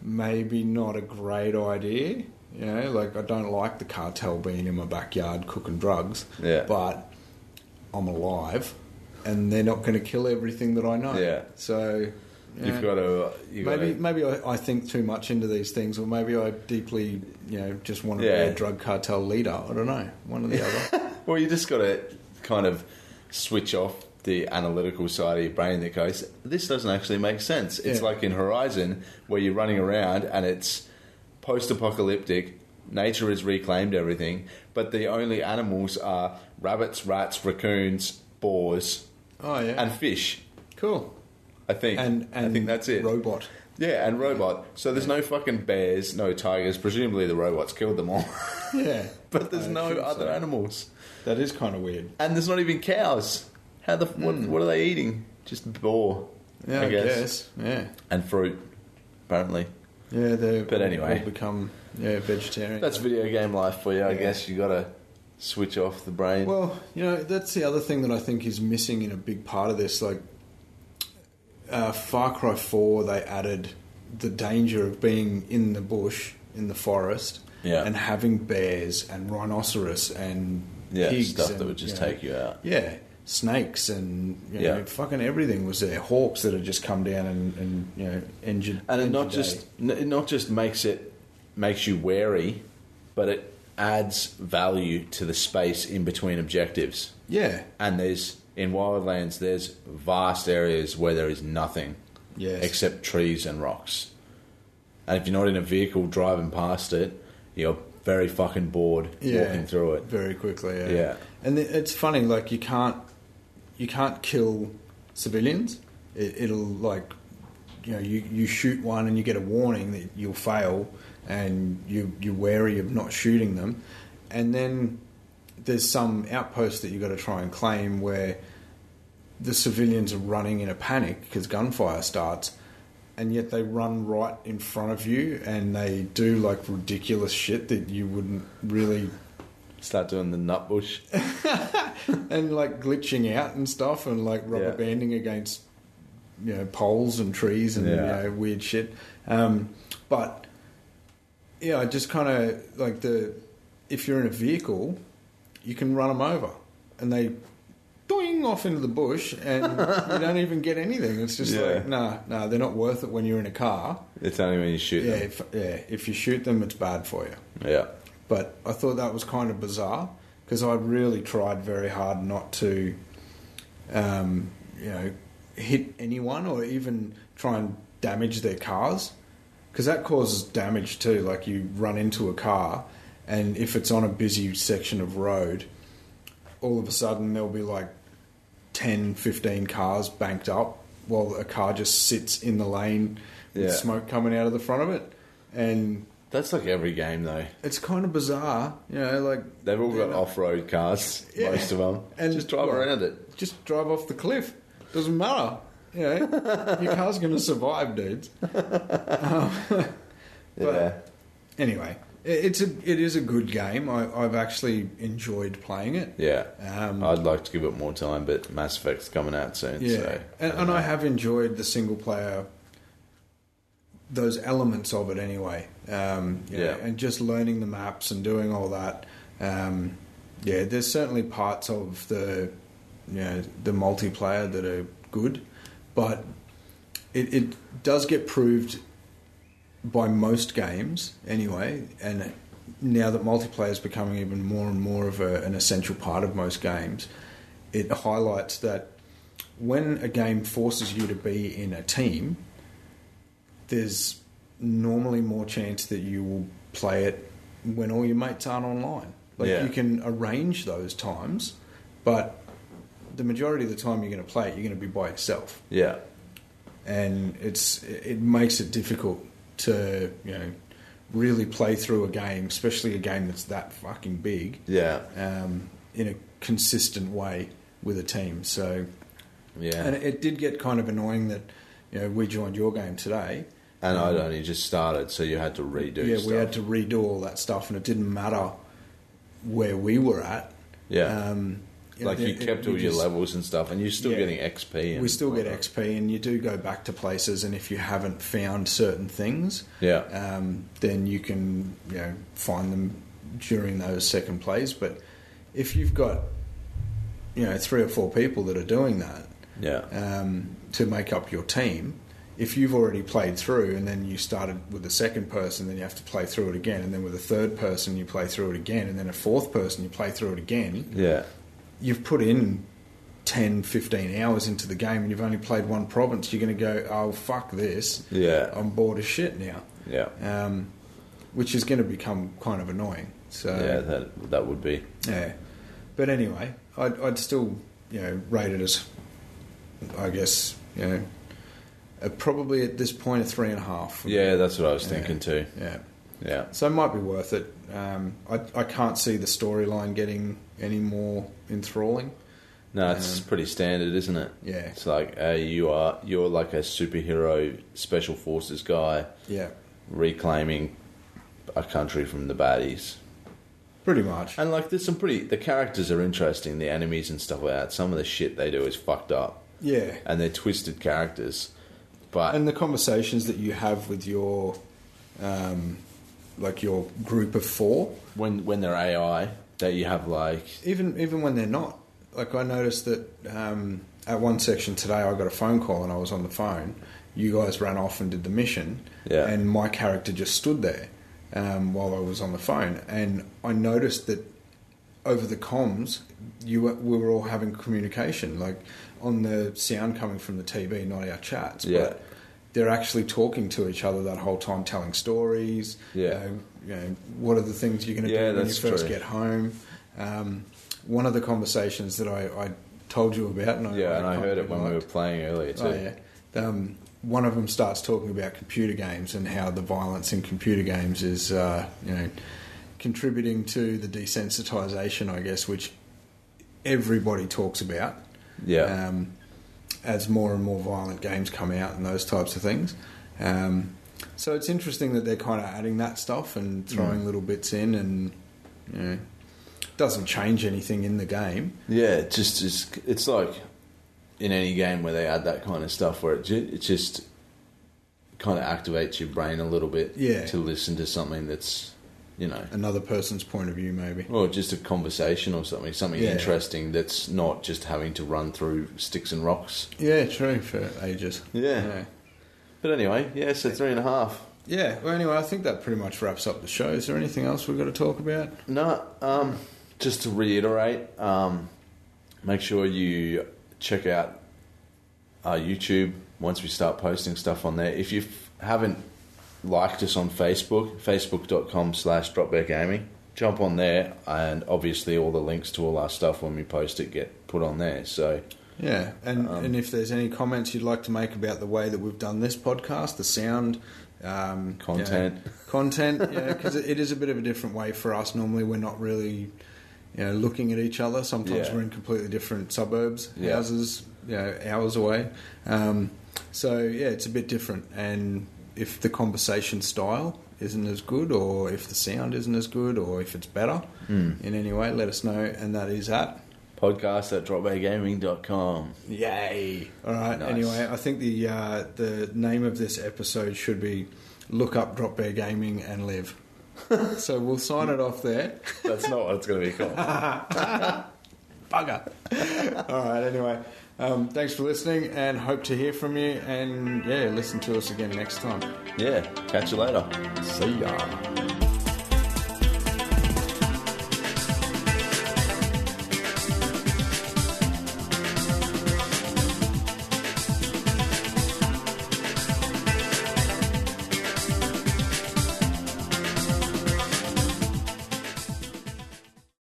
maybe not a great idea. You know, like I don't like the cartel being in my backyard cooking drugs.
Yeah.
But I'm alive and they're not going to kill everything that I know.
Yeah.
So. yeah
You've got to. you
maybe maybe I, I think too much into these things, or maybe I deeply, you know, just want to be
Yeah.
a drug cartel leader. I don't know, one or the other.
Well, you just got to kind of switch off the analytical side of your brain that goes, this doesn't actually make sense. It's
Yeah.
like in Horizon, where you're running around and it's post apocalyptic, nature has reclaimed everything, but the only animals are rabbits, rats, raccoons, boars,
Oh yeah,
and fish.
cool.
I think.
And and
I think that's it.
Robot.
yeah, and robot. So there's no fucking bears, no tigers. Presumably the robots killed them all.
Yeah,
but there's
I
no
think so.
other animals.
That is kind of weird.
and there's not even cows. How the what, what are they eating? Just boar,
Yeah, I, guess. Yeah,
and fruit. Apparently,
yeah. They
But anyway.
all become yeah vegetarian.
that's video game life for you. I guess you gotta switch off the brain.
Well, you know, that's the other thing that I think is missing in a big part of this. Like, uh, Far Cry 4, they added the danger of being in the bush, in the forest,
Yeah.
and having bears and rhinoceros and
yeah,
pigs
stuff
and,
that would just
know,
take you out.
Yeah, snakes and you
Yeah.
know, fucking everything was there. Hawks that had just come down and, and you know injured.
And it
injured
not just n- it not just makes it makes you wary, but it adds value to the space in between objectives.
a- yeah,
And there's in wildlands there's vast areas where there is nothing.
Yes.
except trees and rocks. And if you're not in a vehicle driving past it, you're very fucking bored
Yeah.
walking through it.
very quickly. Yeah,
Yeah.
and it- it's funny. Like you can't you can't kill civilians. It, it'll like you know you, you shoot one and you get a warning that you'll fail, and you you're wary of not shooting them, and then there's some outpost that you've got to try and claim where the civilians are running in a panic because gunfire starts, and yet they run right in front of you and they do like ridiculous shit that you wouldn't really
Start doing the nut bush.
and like glitching out and stuff and like rubber
Yeah.
banding against you know poles and trees and
Yeah.
you know weird shit um, but yeah I just kind of like the if you're in a vehicle you can run them over and they doing off into the bush and you don't even get anything it's just
Yeah.
like nah nah they're not worth it when you're in a car
It's only when you shoot
yeah
them.
if, yeah if you shoot them it's bad for you
Yeah.
but I thought that was kind of bizarre because I really tried very hard not to, um, you know, hit anyone or even try and damage their cars because that causes damage too. Like you run into a car, and if it's on a busy section of road, all of a sudden there'll be like 10, 15 cars banked up while a car just sits in the lane with
Yeah.
smoke coming out of the front of it. And
That's like every game though.
it's kind of bizarre, you know, like
They've all got off road cars,
Yeah.
most of them.
And-
Just drive
well,
around it.
just drive off the cliff. Doesn't matter, you know. Your car's going to survive, dudes. but-
yeah.
Anyway, i- it's a it is a good game. I, I've actually enjoyed playing it.
Yeah.
Um,
I'd like to give it more time, but Mass Effect's coming out soon.
yeah,
So,
and, and I have enjoyed the single player. Those elements of it, anyway. Um, you know,
Yeah.
and just learning the maps and doing all that. Um, yeah, there's certainly parts of the you know, the multiplayer that are good, but it, it does get proved by most games anyway. And now that multiplayer is becoming even more and more of a, an essential part of most games, it highlights that when a game forces you to be in a team, there's normally more chance that you will play it when all your mates aren't online. Like
Yeah.
you can arrange those times, but the majority of the time you're going to play it, you're going to be by yourself,
Yeah.
and it's it makes it difficult to you know really play through a game, especially a game that's that fucking big,
Yeah.
um, in a consistent way with a team. So
Yeah.
and it did get kind of annoying that you know we joined your game today.
And I'd only just started, so you had to redo
um, yeah,
stuff.
we had to redo all that stuff, and it didn't matter where we were at.
Yeah.
Um,
like you
it-
kept
we
all your
just-
levels and stuff, and you're still
Yeah.
getting XP. And
We still get
whatnot.
XP, and you do go back to places, and if you haven't found certain things,
Yeah.
um, then you can you know find them during those second plays. But if you've got you know three or four people that are doing that,
Yeah.
um, to make up your team. If you've already played through and then you started with the second person, then you have to play through it again, and then with a third person you play through it again, and then a fourth person you play through it again,
Yeah.
you've put in 10, 15 hours into the game and you've only played one province, you're going to go, oh, fuck this.
Yeah.
I'm bored as shit now.
Yeah.
Um, which is going to become kind of annoying. So,
yeah, that that would be.
yeah. But anyway, I'd, I'd still, you know, rate it as, I guess, you know, uh, probably at this point a three and a half.
Yeah, that's what I was
Yeah.
thinking too.
Yeah.
Yeah.
So it might be worth it. Um, I, I can't see the storyline getting any more enthralling.
No, it's pretty standard, isn't it?
Um, Yeah.
It's like, hey, you are you're like a superhero special forces guy
Yeah.
reclaiming a country from the baddies.
Pretty much.
And like, there's some pretty. The characters are interesting. The enemies and stuff like that. Some of the shit they do is fucked up,
Yeah.
and they're twisted characters. But
And the conversations that you have with your, um, like your group of four,
when when they're AI, that you have like,
even even when they're not. Like I noticed that um, at one section today, I got a phone call and I was on the phone. You guys ran off and did the mission,
Yeah.
and my character just stood there um, while I was on the phone, and I noticed that over the comms, you were, we were all having communication, like on the sound coming from the TV, not our chats.
Yeah.
But they're actually talking to each other that whole time, telling stories.
Yeah.
You know, you know, what are the things you're going to
Yeah,
do when you
that's
first
true.
get home? Um, one of the conversations that I, I told you about, and I,
yeah. And I
can't
heard it when
remember
we were playing earlier too.
Oh, yeah. Um, one of them starts talking about computer games and how the violence in computer games is, uh, you know, contributing to the desensitization, I guess, which everybody talks about
Yeah.
um, as more and more violent games come out and those types of things. Um, so it's interesting that they're kind of adding that stuff and throwing little bits in, and you know, doesn't change anything in the game.
Yeah, it just it's, it's like in any game where they add that kind of stuff, where it, ju- it just kind of activates your brain a little bit
Yeah.
to listen to something that's you know,
Another person's point of view, maybe.
or just a conversation or something, something
Yeah.
interesting that's not just having to run through sticks and rocks.
Yeah, true for ages.
Yeah. But anyway, yeah, so three and a half.
Yeah. Well, anyway, I think that pretty much wraps up the show. Is there anything else we've got to talk about?
No, um, just to reiterate, um, make sure you check out our YouTube once we start posting stuff on there. If you f- haven't liked us on Facebook, facebook.com slash dropbeargaming, jump on there. And obviously all the links to all our stuff when we post it get put on there. So,
Yeah, and
Um,
and if there's any comments you'd like to make about the way that we've done this podcast, the sound, um, you know,
Content.
content, yeah, because it is a bit of a different way for us. Normally, we're not really, you know, looking at each other. Sometimes
Yeah.
we're in completely different suburbs,
Yeah.
houses, you know, hours away. Um, so yeah, it's a bit different. And if the conversation style isn't as good, or if the sound isn't as good, or if it's better
Hmm.
in any way, let us know. And that is at
podcast at dropbeargaming.com.
Yay! All right.
Nice.
Anyway, I think the uh, the name of this episode should be "Look Up Drop Bear Gaming and Live." so we'll sign it off there.
That's not what it's going to be called.
Bugger. All right, anyway. Um, thanks for listening and hope to hear from you. And yeah, listen to us again next time.
yeah, catch you later.
See ya.